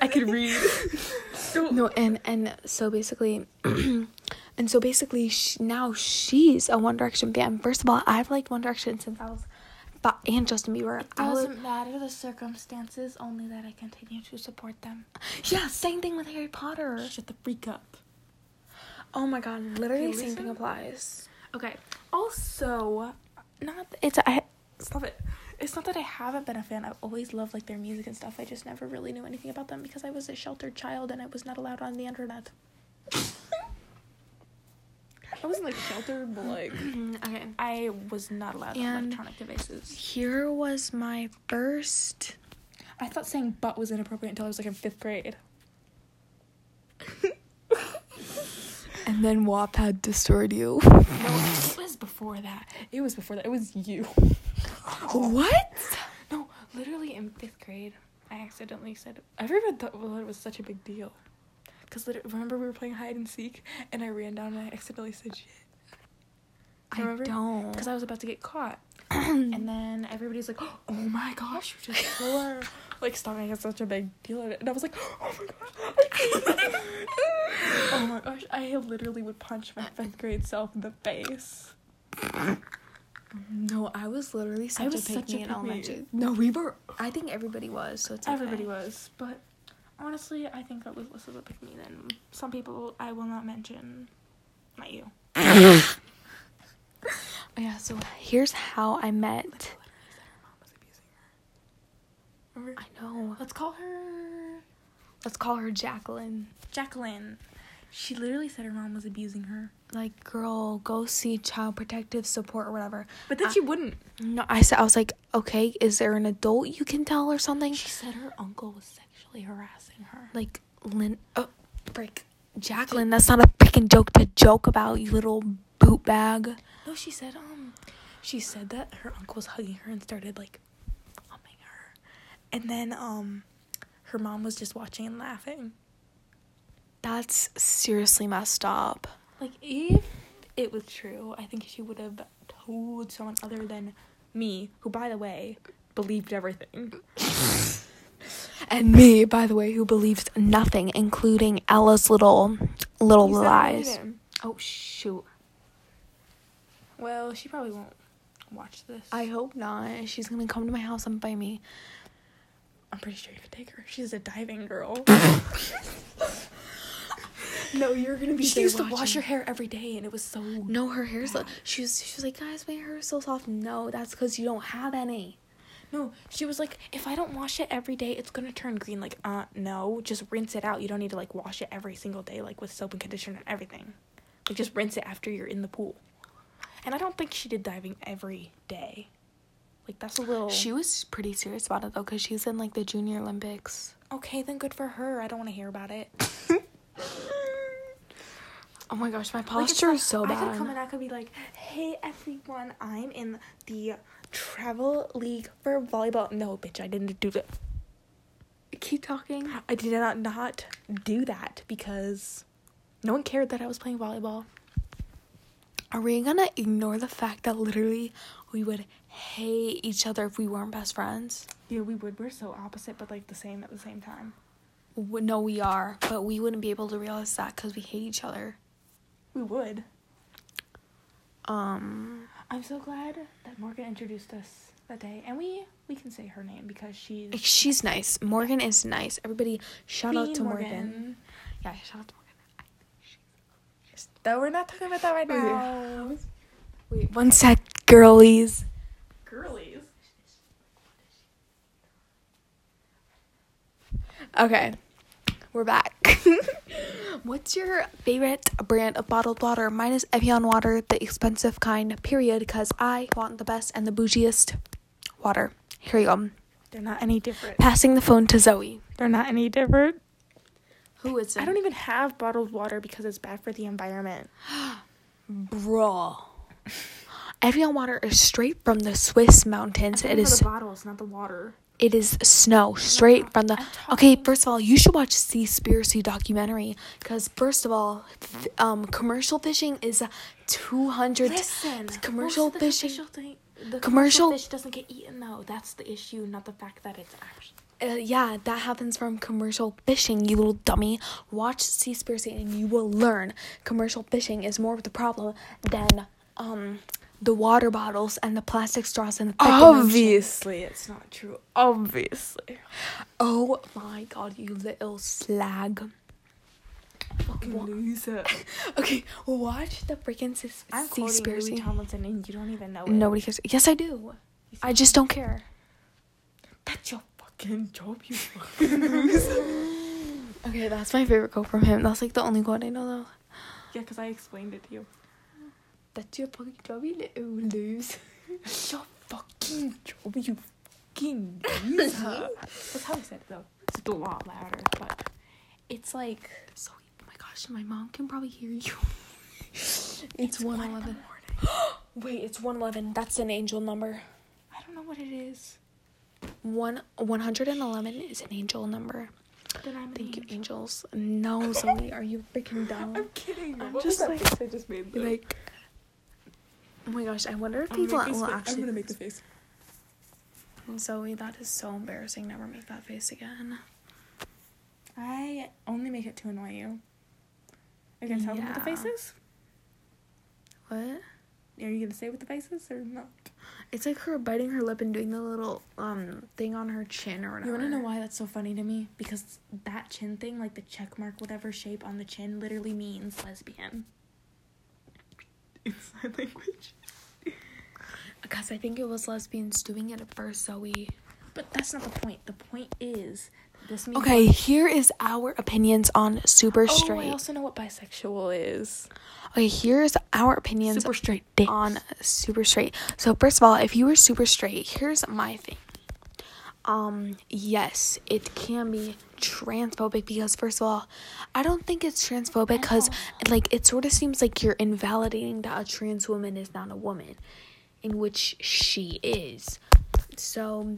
I could read.
No, and and so basically, and so basically, sh now she's a One Direction fan. First of all, I've liked One Direction since I was, but and Justin Bieber. I was,
matter the circumstances, only that I continue to support them.
yeah, same thing with Harry Potter.
Shut the freak up.
Oh my God, literally
Okay,
same
listen.
thing applies.
Okay. Also, not th- it's I stop it. It's not that I haven't been a fan. I've always loved like their music and stuff. I just never really knew anything about them because I was a sheltered child and I was not allowed on the internet.
I wasn't like sheltered, but like.
okay.
I was not allowed on
And-
electronic devices.
Here was my first.
I thought saying butt was inappropriate until I was like in fifth grade.
And then Wattpad destroyed you.
it was before that.
It was before that. It was you.
what?
No, literally in fifth grade, I accidentally said
Everyone thought well, it was such a big deal. Because remember we were playing hide and seek and I ran down and I accidentally said shit.
Do you remember?
don't.
Because I was about to get caught. and then everybody's like, oh my gosh, you just swore. like, stomach is such a big deal. And I was like, oh my gosh. I can't believe it." oh my gosh. I literally would punch my fifth grade self in the face.
no, I was literally such
was
a
such a
pygmy in
pygmy.
elementary. No, we were. I think everybody was. So it's okay.
Everybody was. But honestly, I think that was less of a pick me than some people I will not mention. Not you.
Oh, yeah. So here's how I met.
Remember?
I know.
Let's call her
Let's call her Jacqueline.
Jacqueline. She literally said her mom was abusing her.
Like, girl, go see child protective support or whatever.
But then
I-
she wouldn't.
No, I said I was like, okay, is there an adult you can tell or something?
She said her uncle was sexually harassing her.
Like, Lynn, oh, break, Jacqueline. That's not a freaking joke to joke about, you little boot bag.
No, she said um she said that her uncle was hugging her and started like humping her. And then um her mom was just watching and laughing.
That's seriously messed up.
Like if it was true, I think she would have told someone other than me, who by the way, believed everything.
And me, by the way, who believes nothing, including Ella's little, little
You said it
lies.
later.
Oh shoot!
Well, she probably won't watch this.
I hope not. She's gonna come to my house and bite me.
I'm pretty sure you could take her. She's a diving girl. no, you're gonna be. She
there
used to wash
watching.
her hair every day, and it was so. No,
No, her hair's. Like, she was. She was like, guys, my hair's so soft. No, that's because you don't have any.
she was like, if I don't wash it every day, it's gonna turn green. Like, uh, no, just rinse it out. You don't need to like wash it every single day, like with soap and conditioner and everything. Like, just rinse it after you're in the pool. And I don't think she did diving every day. Like that's a little.
She was pretty serious about it though, because she's in like the Junior Olympics.
okay, then good for her. I don't want to hear about it.
Oh my gosh, my
Like, it's
posture
not-
is so
I could come
bad.
and I could be like, "Hey everyone, I'm in the travel league for volleyball." No, bitch, I didn't do that.
Keep talking.
I did not not do that because no one cared that I was playing volleyball.
Are we gonna ignore the fact that literally we would hate each other if we weren't best friends?
Yeah, we would. We're so opposite, but like the same at the same time.
W- No, we are, but we wouldn't be able to realize that because we hate each other.
We would.
Um,
I'm so glad that Morgan introduced us that day, and we we can say her name because she's
she's nice. Morgan is nice. Everybody, shout out
Queen
to Morgan. Yeah, shout out to Morgan.
Though we're not talking about that right
Wait,
now.
Wait, one sec, girlies.
Girlies.
Okay, we're back. What's your favorite brand of bottled water? Mine is Evian water, the expensive kind, period, because I want the best and the bougiest water. Here you go.
They're not any different.
Passing the phone to Zoe.
They're not any different.
Who is it?
I don't even have bottled water because it's bad for the environment.
Bro. Evian water is straight from the Swiss mountains. It is
the bottles, not the water.
it is snow straight from the
I'm
okay
talking-
first of all you should watch the spiracy documentary because first of all f- um commercial fishing is 200 commercial fishing
thing,
commercial
the
Commercial-
fish doesn't get eaten though. That's the issue, not the fact that it's actually.
uh, yeah that happens from commercial fishing you little dummy watch sea spiracy and you will learn commercial fishing is more of the problem than um the water bottles and the plastic straws and the freaking ocean.
it's not true. Obviously.
oh my god you little slag Wha-
loser.
okay watch the freaking sea
I'm
sea
quoting Louis
spiracy
Tomlinson and you don't even know it.
Nobody cares. Yes, I do. I just don't care.
That's your fucking job, you
Okay, that's my favorite quote from him. That's like the only quote I know though.
Yeah, because I explained it to you.
That's your fucking job, you little lose.
That's your fucking job, you fucking loser. That's how I said it though. It's a lot louder, but it's like.
So, oh my gosh, my mom can probably hear you. it's one eleven. Wait, it's one eleven. That's an angel number.
I don't know what it is.
One one hundred and eleven is an angel number.
Then I'm
Thank you, angels. No, Zoe, are you freaking dumb?
kidding.
I'm just like-
I just made
Like,
Oh my gosh, I wonder if
I'm
people
gonna, make this
will
fa-
actually.
I'm gonna make the face.
Zoe, that is so embarrassing. Never make that face again. I only make it to annoy you. Are you gonna tell them what the face
Yeah.
is?
What?
Are you gonna say what the face is or not?
It's like her biting her lip and doing the little um thing on her chin or whatever.
You wanna know why that's so funny to me? Because that chin thing, like the check mark, whatever shape on the chin, literally means lesbian. In sign language.
Because I think it was lesbians doing it at first, Zoe.
But that's not the point. The point is this means
Okay, here is our opinions on super
Oh, I
straight.
also know what bisexual is.
Okay, here's our opinions
Super straight dicks.
on super straight. So first of all, if you were super straight, here's my thing. Um, yes, it can be transphobic because first of all, I don't think it's transphobic because like it sort of seems like you're invalidating that a trans woman is not a woman, in which she is. So,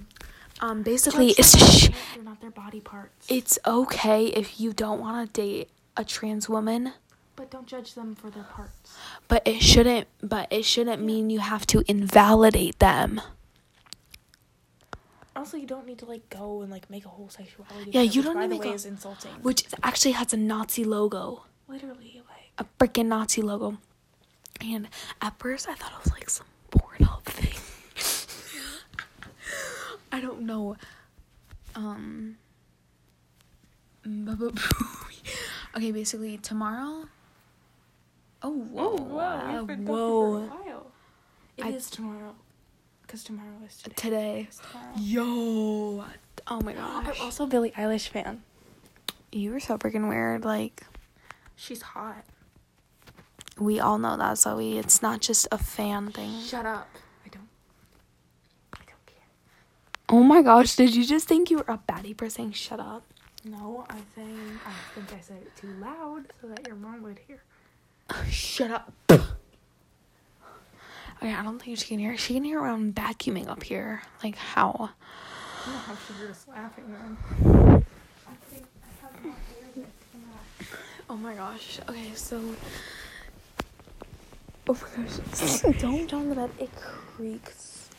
um, basically,
Judge
it's
them by
sh-
their- They're not their body parts.
it's okay if you don't want to date a trans woman.
But don't judge them for their parts.
but it shouldn't but it shouldn't mean you have to invalidate them
Also, you don't need to like go and like make a whole sexuality.
Yeah,
of it,
you
which,
don't
by
need
the
to
way
go-
is insulting.
which is- actually has a nazi logo
Literally, like
a freaking nazi logo and at first i thought it was like some porno thing i don't know um okay basically tomorrow oh whoa uh, whoa
while.
I-
tomorrow, because tomorrow is today.
today
It's tomorrow.
yo oh my
I'm
gosh
also a Billie Eilish fan.
you were so freaking weird like
She's hot.
We all know that, Zoe. It's not just a fan thing.
Shut up. Mm-hmm. I don't. I don't care.
Oh my gosh, did you just think you were a baddie for saying shut up?
No, I think I think I said it too loud so that your mom would hear.
Shut up. Okay, I don't think she can hear. She can hear around vacuuming up here. Like how?
I don't know how she heard us laughing then. I think I have not heard it.
Oh my gosh. Okay, so. Oh my gosh. don't turn the bed. It creaks.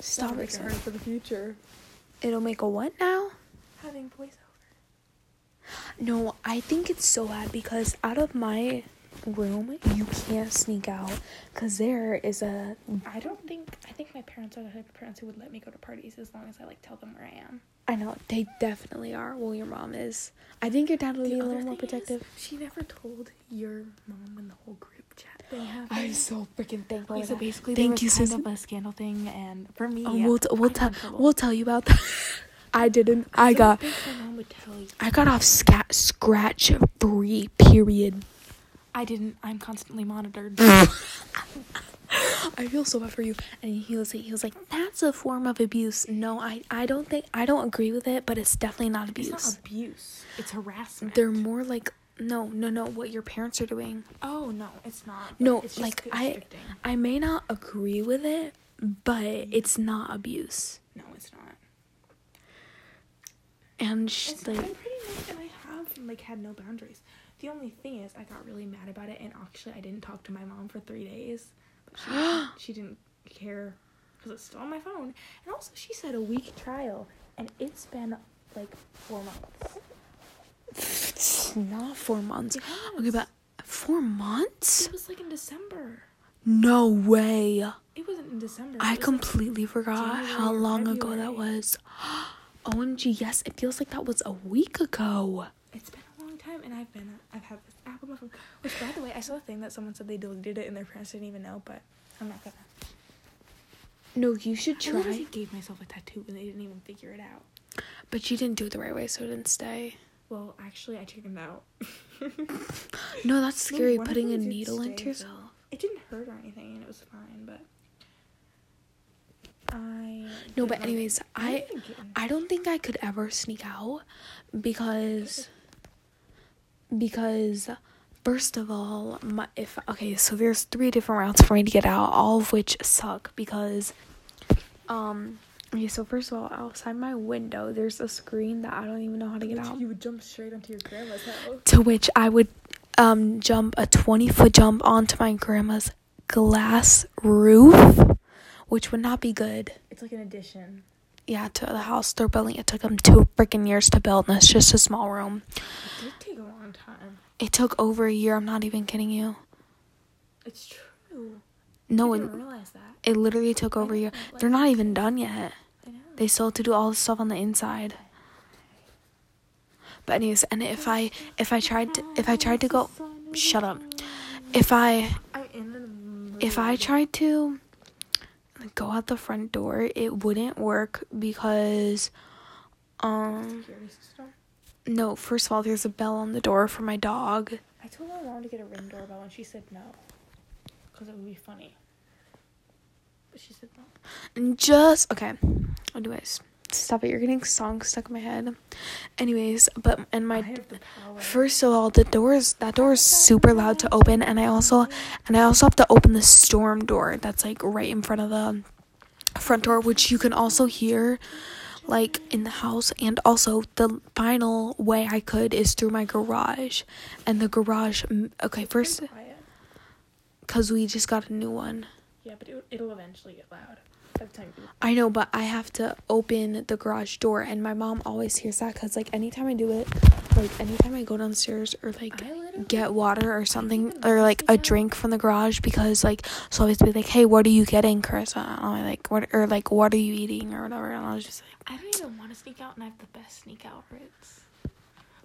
Stop
That'll
it.
make it
Zoe.
hard for the future.
It'll make a what now?
Having voiceover.
No, I think it's so bad because out of my room, you can't sneak out because there is a.
I don't think I think my parents are the type of parents who would let me go to parties as long as I like tell them where I am.
I know, they definitely are. Well, your mom is. I think your dad would be a little more protective.
she never told your mom when the whole group chat thing happened.
I'm so freaking thankful.
so basically,
Thank
there was
you,
kind
Susan.
of a scandal thing, and for me,
Oh, we'll t- we'll
I'm
tell
in trouble.
we'll tell you about that. I didn't. I
don't
got
think my mom would tell you.
I got off scat scratch free. Period.
I didn't. I'm constantly monitored.
I feel so bad for you. And he was he was like, that's a form of abuse. No, I I don't think I don't agree with it, but it's definitely not abuse.
it's not abuse. It's harassment.
They're more like no, no, no, what your parents are doing.
oh no, it's not. but
No,
it's just
like I
constricting.
I may not agree with it, but it's not abuse.
No, it's not.
And sh-
It's, I'm
like
pretty nice, and I have like had no boundaries. The only thing is, I got really mad about it, and actually, I didn't talk to my mom for three days. But she didn't- she didn't care because it's still on my phone, and also she said a week trial, and it's been like four months.
not 4 months.
Yes.
Okay, but 4 months?
it was like in December.
No way.
It wasn't in December.
I
it was, like,
completely forgot
January
how
or
long ago that
February.
was. OMG, yes, it feels like that was a week ago.
It's been a long time, and I've been I've had this app on my phone. Which, by the way, I saw a thing that someone said they deleted it, and their parents didn't even know. But I'm not gonna.
No, you should
I literally
try.
gave myself a tattoo, and they didn't even figure it out.
But you didn't do it the right way, so it didn't stay.
Well, actually, I took it out.
No, that's
No,
scary,
one of
putting a
them did
needle into
stay,
yourself.
It didn't hurt or anything, and it was fine. But I
No,
didn't
but
like
anyways,
it.
I-
didn't get in.
I don't think I could ever sneak out because because first of all, my if okay, so there's three different routes for me to get out, all of which suck because um okay, so first of all, outside my window there's a screen that I don't even know how to get
Which
out.
You would jump straight onto your grandma's house.
To which I would um jump a 20 foot jump onto my grandma's glass roof, which would not be good.
It's like an addition.
Yeah, to the house they're building. It took them two freaking years to build, and it's just a small room.
It did take a long time.
It took over a year. I'm not even kidding you.
It's true.
No
I
one.
didn't realize that.
It literally took over a year. They're not even done yet.
I know.
They still have to do all the stuff on the inside. But anyways, and if I if I tried to if I tried to go, shut up. If I
I'm in the mood.
if I tried to go out the front door, it wouldn't work because um
Security system.
no. First of all, there's a bell on the door for my dog.
I told my mom to get a ring doorbell and she said no. Because it would be funny. But she said no.
And just okay. Anyways, stop it. You're getting songs stuck in my head. Anyways, but and my
I have the power.
First of all, the doors that door is super loud to open, and I also and I also have to open the storm door that's like right in front of the front door, which you can also hear like in the house. And also, the final way I could is through my garage, and the garage. mm, Okay,
It's been
first
quiet.
because we just got a new one.
Yeah, but it, it'll eventually get loud. By the time you
I know, but I have to open the garage door, and my mom always hears that because like anytime I do it, like anytime I go downstairs or like.
I literally
get water or something or like a drink from the garage because like so always be like, Hey, what are you getting, Carissa? And I'll be like what or like what are you eating or whatever and I was just like
I don't even want to sneak out, and I have the best sneak out routes.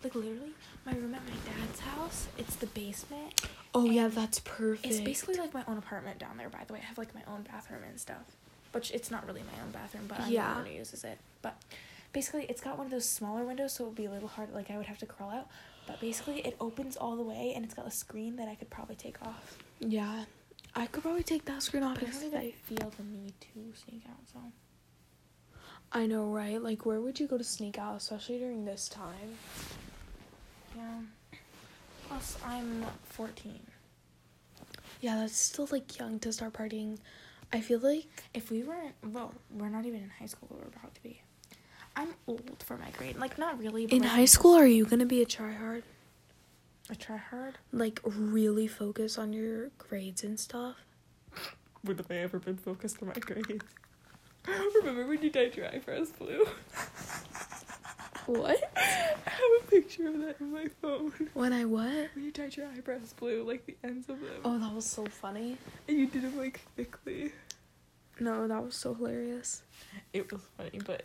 Like literally, my room at my dad's house. It's the basement.
Oh
yeah,
that's perfect.
It's basically like my own apartment down there. By the way, I have like my own bathroom and stuff, which it's not really my own bathroom, but I'm
Yeah.
the one who uses it. But basically, it's got one of those smaller windows, so it would be a little hard. Like I would have to crawl out. But basically, it opens all the way, and it's got a screen that I could probably take off.
Yeah. I could probably take that screen off
But I
because
don't even feel the need to sneak out. So
I know, right? Like where would you go to sneak out, especially during this time?
yeah. Plus, I'm fourteen.
Yeah, that's still like young to start partying. I feel like
If we weren't, well, we're not even in high school, but we're about to be. I'm old for my grade. Like, not really. But
in
like,
high school are you gonna be a tryhard?
I try hard.
Like really focus on your grades and stuff?
When have I ever been focused on my grades? Remember when you dyed your eyebrows blue?
What?
I have a picture of that in my phone.
When I what?
When you dyed your eyebrows blue, like the ends of them,
Oh, that was so funny.
and you did them like thickly.
No, that was so hilarious.
It was funny, but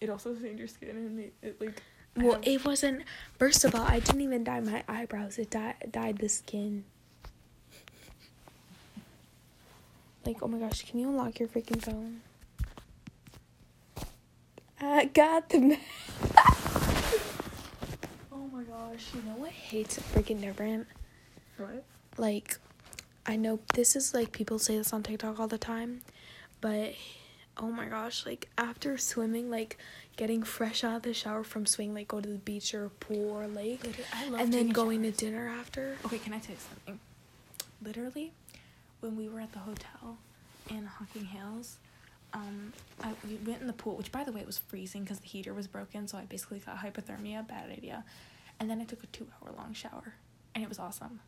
it also stained your skin and made it like. I
Well,
don't-
it wasn't. First of all, I didn't even dye my eyebrows. It dye, dyed the skin. Like, oh my gosh, can you unlock your freaking phone? I got the. ma- oh my gosh, you know what hates freaking different?
What?
like I know this is like people say this on TikTok all the time, but oh my gosh, like after swimming, like getting fresh out of the shower from swimming, like go to the beach or pool or lake,
I love
and then
taking
going
showers.
to dinner after.
Okay, can I tell you something? Literally, when we were at the hotel in Hocking Hills, um, I, we went in the pool, which by the way, it was freezing because the heater was broken, so I basically got hypothermia. Bad idea. And then I took a two-hour-long shower, and it was awesome.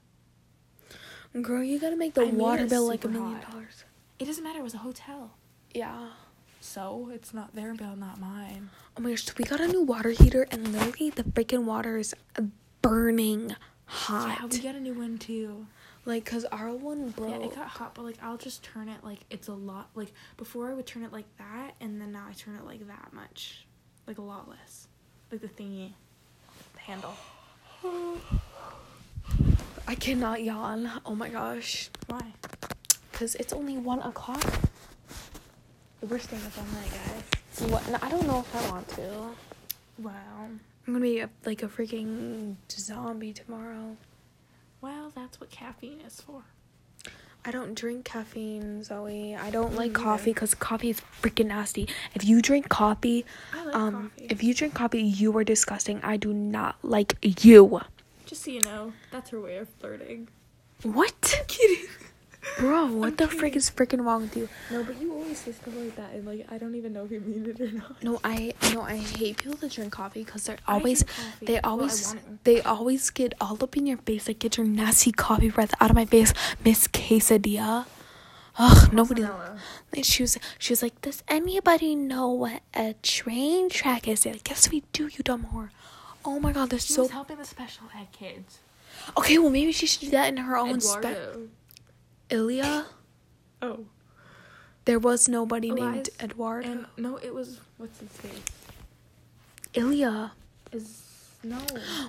Girl, you gotta make the
I made
water
it
bill like a
super
million
hot.
dollars.
It doesn't matter. It was a hotel,
Yeah.
so it's not their bill, not mine.
Oh my gosh, we got a new water heater, and literally the freaking water is burning hot.
Yeah, we got a new one too.
like, cause our one broke.
Yeah, it got hot, but like I'll just turn it like it's a lot. Like before, I would turn it like that, and then now I turn it like that much, like a lot less, like the thingy, the handle.
I cannot yawn. Oh my gosh.
Why?
Cause it's only one o'clock. We're staying up all night, guys. What? No, I don't know if I want to. I'm
Well,
gonna be a, like a freaking zombie tomorrow.
well, that's what caffeine is for.
I don't drink caffeine, Zoe. I don't like
neither.
coffee because coffee is freaking nasty. If you drink coffee,
I like
um,
coffee.
if you drink coffee, you are disgusting. I do not like you.
Just so you know, that's her way of flirting.
What? kidding. Bro, what
I'm
the frick is freaking wrong with you?
No, but you always say stuff like that, and like I don't even know if you mean it or not.
No, I no, I hate people that drink coffee because they're always
drink coffee.
they
Well, I
always
want it.
they always get all up in your face. Like get your nasty coffee breath out of my face, Miss Quesadilla. Ugh, nobody. And she was she was like, Does anybody know what a train track is? They're like, Yes we do, you dumb whore. Oh my god, they're
She
so
was helping the special ed kids.
Okay, well maybe she should do that in her own spec
Eduardo.
Ilya.
Oh.
There was nobody named
Elias
Eduardo.
And no, it was what's his face?
Ilya.
Is no.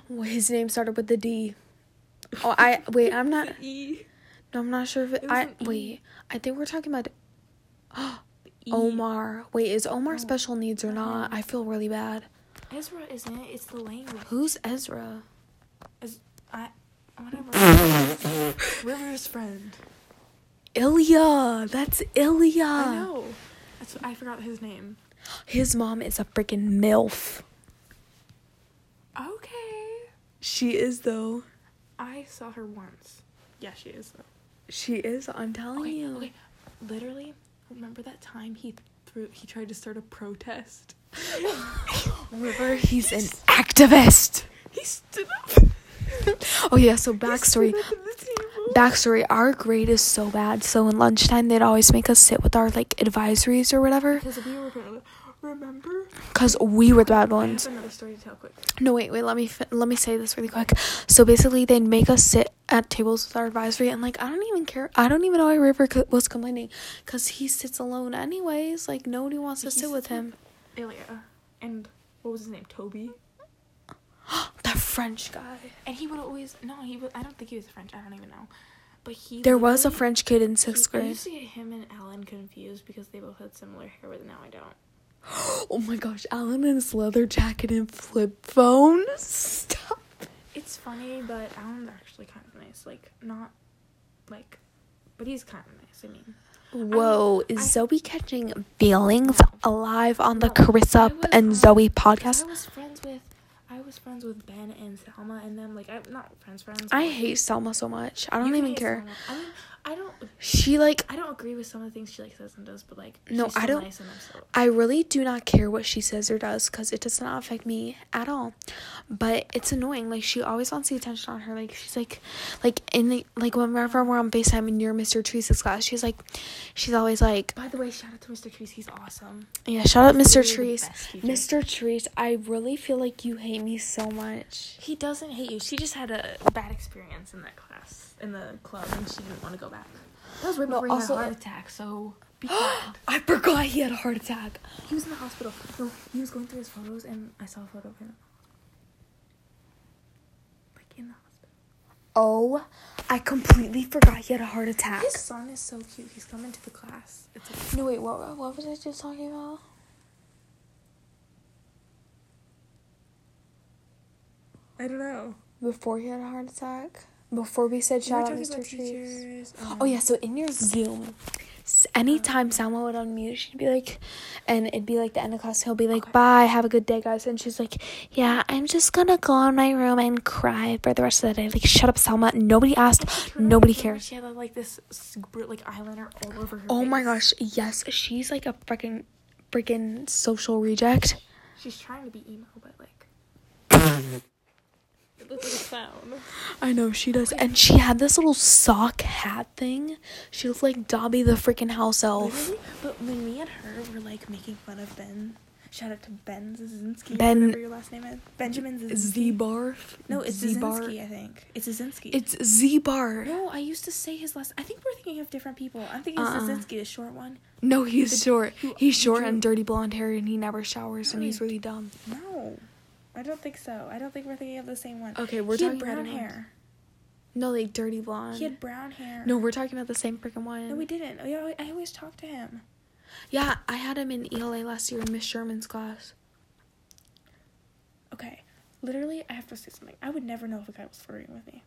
Well, his name started with the D. Oh I wait, I'm not
E.
no, I'm not sure if it,
It was
I
an E.
wait. I think we're talking about
E.
Oh Omar. Wait, is Omar
No.
special needs or not? I feel really bad.
Ezra isn't it? It's the language.
Who's Ezra?
Whatever. River's friend.
Ilya. That's Ilya.
I know. That's I forgot his name.
His mom is a freaking MILF.
Okay.
She is though.
I saw her once. Yeah, she is
Oh,
though.
She is. I'm telling
Okay,
you.
okay. Literally, remember that time he threw he tried to start a protest?
River, he's an activist.
He stood up
Oh yeah. So backstory.
at the table.
Backstory. Our grade is so bad. So in lunchtime, they'd always make us sit with our like advisories or whatever,
Because we were gonna remember
cause we were the bad
I have
ones.
another story to tell quick.
No, wait, wait. Let me fi- let me say this really quick. So basically, they'd make us sit at tables with our advisory, and like I don't even care. I don't even know why River co- was complaining, cause he sits alone anyways. Like nobody wants to
He
sit with
sits with-
him.
Ilya and what was his name? Toby.
That French guy.
And he would always no, he was I don't think he was French. I don't even know. But he
There was a
literally-
French kid in
he-
sixth
I
grade.
used to get him and Alan confused because they both had similar hair, but now I don't.
Oh my gosh, Alan in his leather jacket and flip phone. Stop.
It's funny, but Alan's actually kind of nice. Like not like but he's kind of nice. I mean,
Whoa, is
I-
Zoe catching feelings alive on the
No,
Chris
I
Up
was,
and
um,
Zoe
'cause
podcast?
I was friends with I was friends with Ben and Selma and them. Like I'm not friends friends.
I
but-
hate Selma so much. I don't
You
even
hate
care.
Selma. I mean, I don't
She like
I don't agree with some of the things she like says and does, but like
No,
she's
I
so
don't-
Nice enough, so.
I really do not care what she says or does because it does not affect me at all. But it's annoying. Like she always wants the attention on her. Like she's like, like in the like whenever we're on Facetime and you're Mr. Teresa's class, she's like, she's always like,
By the way, shout out to Mr. Trees. He's awesome.
yeah, shout out Mr.
Literally the
Teresa.
best teacher.
Mr. Trees, I really feel like you hate me so much.
He doesn't hate you. She just had a bad experience in that class, in the club, and she didn't want to go back. That was right
No,
before he had
also-
a heart attack, so be kind.
I forgot he had a heart attack.
he was in the hospital. No, he was going through his photos, and I saw a photo of him. Like in the hospital.
Oh, I completely forgot he had a heart attack.
His son is so cute. He's coming to the class. It's like,
No, wait, what, what was I just talking about?
I don't know.
Before he had a heart attack? Before we said shout out Mr. Trees?
um,
Oh yeah, so in your Zoom, s- anytime Salma would unmute, she'd be like, and it'd be like the end of class. He'll be like, "Bye, have a good day, guys," and she's like, "Yeah, I'm just gonna go in my room and cry for the rest of the day." Like, shut up, Selma. Nobody asked. Nobody cares.
She had like this super like eyeliner all over her.
Oh my
face.
gosh, yes, she's like a freaking, freaking social reject.
She's trying to be emo, but like. it looks like a clown.
I know she does, and she had this little sock hat thing. She looked like Dobby the freaking house elf.
Literally, but when me and her were like making fun of Ben, shout out to Ben Zizinski,
Ben-
whatever your last name is, Benjamin
Z
Zizinski.
barf.
no, it's
Z-barf.
Zizinski, I think. It's Zizinski.
It's Z bar.
no, I used to say his last. I think we're thinking of different people. I'm thinking
Uh-uh.
of Zizinski, the short one.
No, he's
The-
short.
who-
He's
who
short
drew-
and dirty blonde hair, and he never showers, and he's
Really?
really dumb.
No, I don't think so. I don't think we're thinking of the same one.
Okay,
he had brown hair.
No, like dirty blonde.
He had brown hair.
no, we're talking about the same freaking one.
no, we didn't. Oh, yeah, I I always talk to him.
yeah, I had him in ELA last year in Miss Sherman's class.
Okay, literally, I have to say something. I would never know if a guy was flirting with me.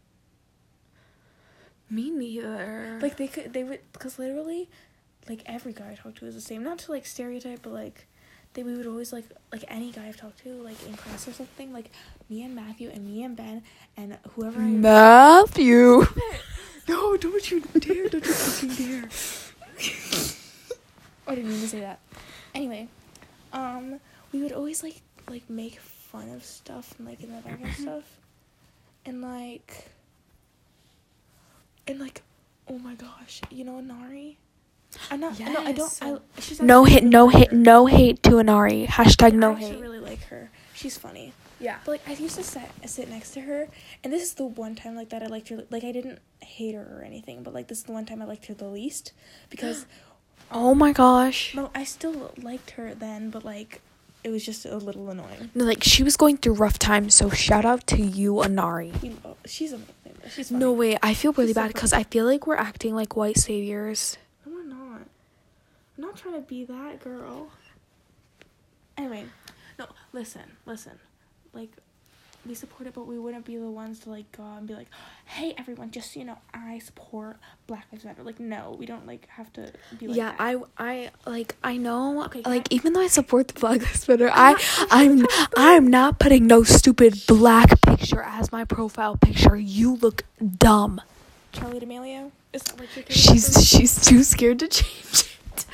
Me neither.
Like they could, they would, because literally, like every guy I talked to was the same. Not to like stereotype, but like, they we would always like like any guy I've talked to like in class or something. Like me and Matthew and me and Ben and whoever. I,
Matthew. no, don't you dare. Don't you fucking dare.
I didn't mean to say that. Anyway, um, we would always like like make fun of stuff and like in the back of
Mm-hmm.
stuff, and like, and like, oh my gosh, you know Nari. I'm not. No, I don't.
Yes.
I, she's
No
actually-
hate, no hate, no hate to Anari. Hashtag no
I actually
hate.
really like her. She's funny.
Yeah.
But like I used to sit, sit next to her, and this is the one time like that I liked her. Like I didn't hate her or anything, but like this is the one time I liked her the least because
Oh my gosh.
no, I still liked her then, but like it was just a little annoying.
No, Like she was going through rough times, so shout out to you, Anari.
You know, she's amazing. though. She's funny.
No way. I feel really
She's so
bad because I feel like we're acting like white saviors.
No, we're not. I'm not trying to be that girl. Anyway, no, listen, listen. Like, we support it, but we wouldn't be the ones to, like, go out and be like, hey, everyone, just so you know, I support Black Lives Matter. Like, no, we don't, like, have to be like
yeah,
that.
I, I like I know
Okay, can
like
I-
even though I support the Black Lives Matter, I I'm I'm not putting no stupid black picture as my profile picture. You look dumb.
Charlie D'Amelio? Is that what you're doing?
She's she's too scared to change it.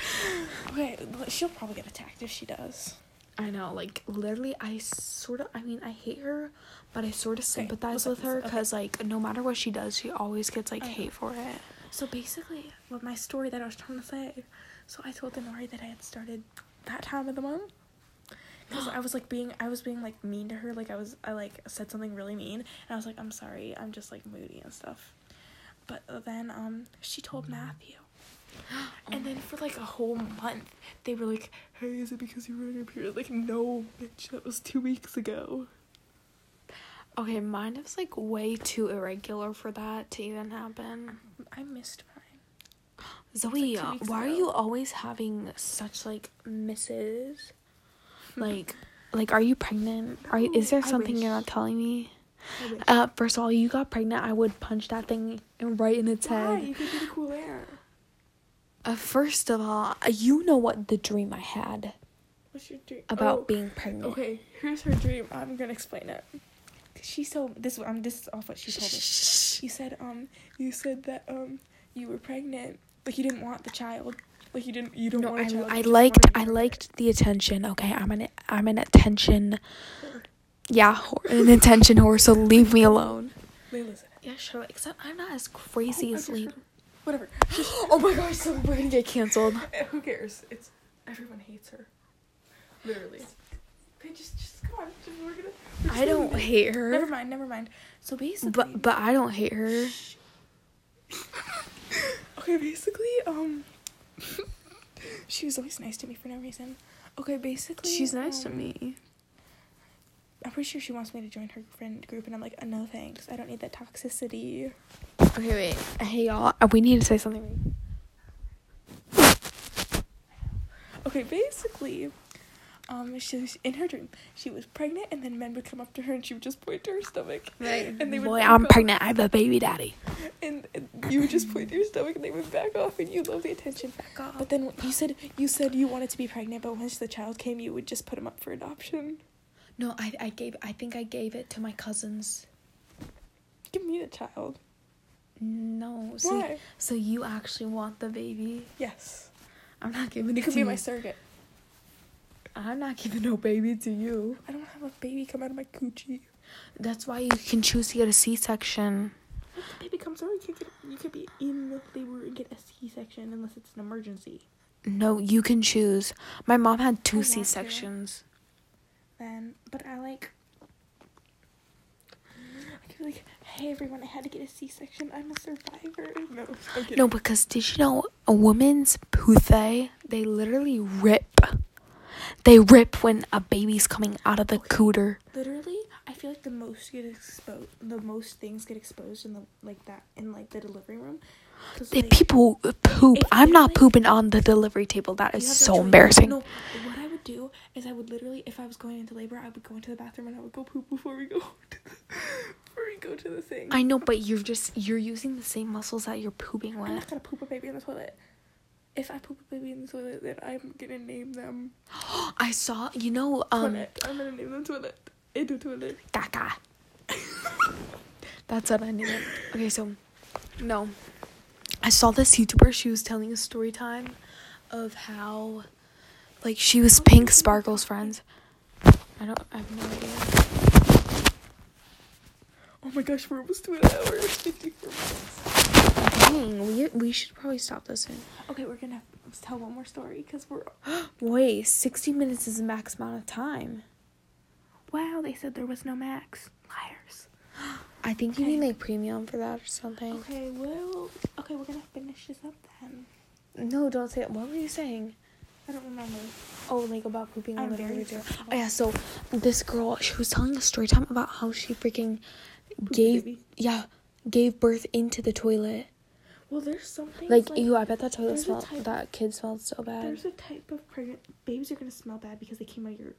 Okay, l- she'll probably get attacked if she does.
I know, like literally, I sort of. I mean, I hate her, but I sort of sympathize
listen,
with her
listen, okay.
because, like, no matter what she does, she always gets like
I know.
hate for it.
So basically, with my story that I was trying to say, so I told Denari that I had started that time of the month. Because I was like being, I was being like mean to her. Like I was, I like said something really mean, and I was like, I'm sorry, I'm just like moody and stuff. But then um, she told Matthew, and then for like a whole month, they were like, Hey, is it because you were in your period? Like, no, bitch, that was two weeks ago.
Okay, mine is like way too irregular for that to even happen.
I missed mine.
Zoe,
two weeks
why are
ago.
you always having such like misses? Like, like, are you pregnant? Are you, is
No,
there
I
something you're not
wish.
telling me?
I wish.
Uh, first of all, you got pregnant. I would punch that thing in- right in its
Why?
head.
You could be the cool aunt.
Uh, first of all, uh, you know what the dream I had
What's your dream?
about
Oh.
being pregnant.
Okay, here's her dream. I'm gonna explain it. She told this. I'm this is off what she told me. You said um, you said that um, you were pregnant, but you didn't want the child. Like you didn't. You don't
No,
want a
I,
child.
I
you just
liked
wanna
I
be with
liked the attention. Okay, I'm an I'm an attention. Yeah, whore, an attention whore. So leave me alone.
her. Lay, listen.
Yeah, sure. Except I'm not as crazy
Oh,
as
okay,
Lee.
sure. Whatever.
oh my gosh, so we're gonna get canceled.
Eh, Who cares? It's everyone hates her. Literally. Okay, just just come on. Just, we're gonna. we're just
I don't
gonna-
hate
Never
her,
mind. Never mind. So basically.
but but I don't hate her.
okay, basically, um, she was always nice to me for no reason. Okay, basically,
She's nice to
um,
me.
I'm pretty sure she wants me to join her friend group, and I'm like, uh no thanks, I don't need that toxicity.
Okay, wait. Hey y'all, uh, we need to say something.
Okay, basically, um, she was in her dream. She was pregnant, and then men would come up to her, and she would just point to her stomach, and they would
Boy,
back
I'm
off,
pregnant. I have a baby daddy.
and, and you would just point to your stomach, and they would back off, and you love the attention. But then you said you said you wanted to be pregnant, but once the child came, you would just put him up for adoption.
No, I I gave I think I gave it to my cousins.
Give me the child.
No, so
Why?
so you actually want the baby?
Yes.
I'm not giving
You
it
could
to
be
you.
my surrogate.
I'm not giving no baby to you.
I don't have a baby come out of my coochie.
That's why you can choose to get a C-section.
If the baby comes out, you could, you could be in the labor and get a C-section unless it's an emergency.
No, you can choose. My mom had
I
two
want to.
C-sections.
Then, but I like... I could be like, hey everyone, I had to get a C-section. I'm a survivor. No, I'm kidding.
No, because did you know a woman's puthé, they literally rip. They rip when a baby's coming out of the cooter.
Literally, I feel like the most get exposed, the most things get exposed in the like that in like the delivery room. 'Cause,
They
like,
people poop.
if
I'm
they,
not
like-
pooping on the delivery table. That
You
is
have no
so
choice.
embarrassing.
No, what I would do is I would literally, if I was going into labor, I would go into the bathroom and I would go poop before we go to the, before we go to the thing.
I know, but you're just you're using the same muscles that you're pooping
I'm
with.
not gonna poop a baby in the toilet. If I poop a baby in the toilet, then I'm gonna name them
I saw, you know, um,
toilet. I'm gonna name them toilet. Into toilet.
Gaga. That's what I knew. Okay, so no, I saw this YouTuber. She was telling a story time of how, like, she was Pink Sparkle's friends. I don't. I have no idea.
Oh my gosh, we're almost to an hour.
Dang, we we should probably stop this soon.
Okay, we're gonna have to tell one more story because we're.
Wait, sixty minutes is the max amount of time.
Wow, they said there was no max. Liars.
I think you
Okay.
need like premium for that or something.
Okay, well, okay, we're gonna finish this up then.
No, don't say that. What were you saying?
I don't remember.
Oh, like about pooping on
I'm
the
very
very door.
flexible.
Oh yeah, so this girl, she was telling a story time about how she freaking gave
baby.
yeah gave birth into the toilet.
Well, there's something
Like, ew, I bet that toilet
there's a
smelled.
type-
That kid smelled so bad.
There's a type of pregnant babies are gonna smell bad because they came out of your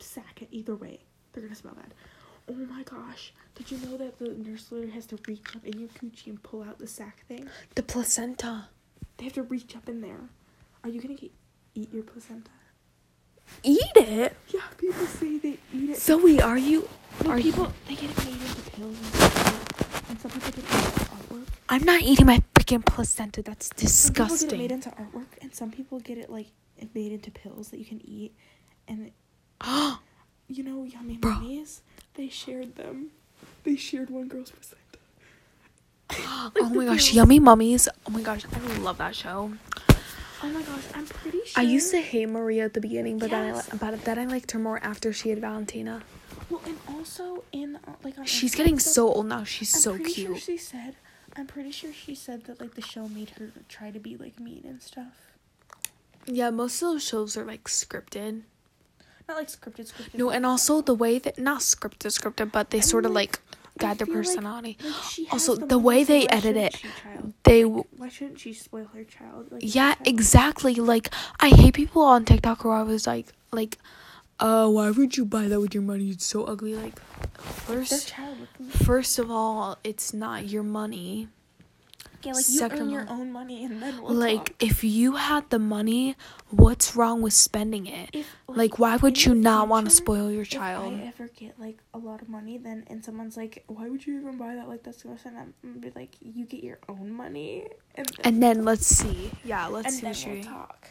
sack. and Either way, they're gonna smell bad. Oh my gosh! Did you know that the nurse literally has to reach up in your coochie and pull out the sack thing?
The placenta.
They have to reach up in there. Are you gonna get, eat your placenta?
Eat it,
Yeah, people say they eat it.
Zoe. Are you?
No,
are you-
people they get it made into pills and stuff. And some people get it made into artwork.
I'm not eating my freaking placenta. That's
Some people get it made
disgusting.
into artwork, and some people get it like it made into pills that you can eat. And
Oh
you know, yummy
Bruh.
mummies. They shared them. They shared one girl's placenta.
oh my gosh, yummy mummies. Oh my gosh, I love that show.
Oh my gosh, I'm pretty sure.
I used to hate Maria at the beginning, but then I
Yes.
li- but then I liked her more after she had Valentina.
Well, and also in uh, like on.
She's
Instagram
getting
and stuff,
so old now. She's
I'm
so
pretty Sure
cute.
she said. I'm pretty sure she said that like the show made her try to be like mean and stuff.
Yeah, most of those shows are like scripted.
Not like scripted, scripted.
No,
but-
and also the way that not scripted, scripted, but they
I
sort of
mean,
like
I
guide their
feel like-
personality.
like, she has
also, the way
most, so
they
why
edit
shouldn't
it,
she, child?
they w-
Why shouldn't she spoil her child? Like, it's
yeah,
her child.
exactly. Like I hate people on TikTok who are always like, like, uh, why would you buy that with your money? It's so ugly. Like,
Their
first,
child with them.
first of all, it's not your money.
Yeah, like you earn
Second
your
of all-
own money and then we'll
Like,
talk.
if you had the money, what's wrong with spending it?
If,
Like, why would
in
you
the
not want to
future,
spoil your
if
child?
I ever get like a lot of money, then and someone's like, "Why would you even buy that? Like that's gross," and I'm gonna be like, "You get your own money." And then,
And then let's see. Yeah, let's
and
see
then
what she.
we'll talk.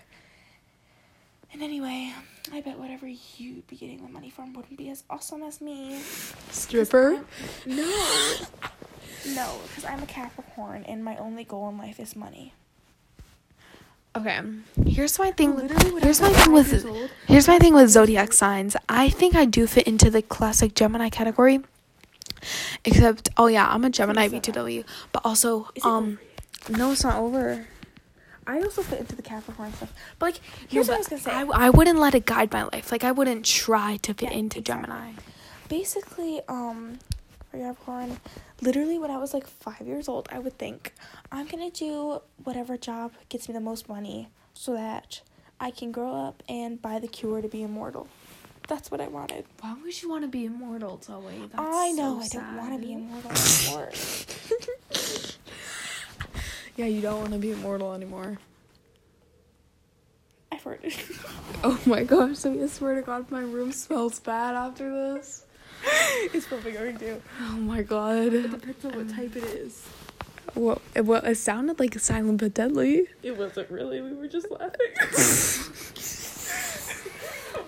And anyway, I bet whatever you'd be getting the money from wouldn't be as awesome as me. Um,
Stripper?
No. No, because I'm a Capricorn and my only goal in life is money.
Okay. Here's my thing. with-
Literally, when I
Here's
was
my thing
five
with
years old,
Here's my thing with zodiac signs. I think I do fit into the classic Gemini category. Except, oh yeah, I'm a Gemini
said that?
BTW. But also,
Is it
um, no, it's not over.
I also fit into the Capricorn stuff. But like, here's
No,
what I was
but
gonna say.
I, I wouldn't let it guide my life. Like I wouldn't try to fit
Yeah,
into
exactly.
Gemini.
basically, um, for Capricorn, literally when I was like five years old, I would think, I'm gonna do whatever job gets me the most money so that I can grow up and buy the cure to be immortal. That's what I wanted.
Why would you want to be immortal, Zoe? That's
I know I don't want to be immortal anymore.
Yeah, you don't want to be immortal anymore.
I've heard it.
Oh my gosh, Zoe! I swear to God, my room smells bad after this.
it's probably going to.
Oh my God.
Depends on what type it is.
What? What? It sounded like silent but deadly.
It wasn't really. We were just laughing.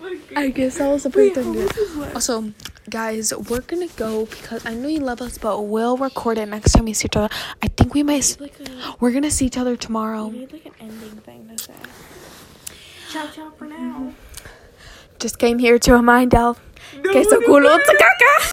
Oh
I guess that was a
Wait,
pretty
how
thing.
much is left?
Also, guys, we're gonna go because I know you love us, but we'll record it next time we see each other. I think we might. s-
Like a,
We're gonna see each other tomorrow.
you need like an ending thing to say. Ciao, ciao for now.
Just came here to remind Elf. que su culo se caca.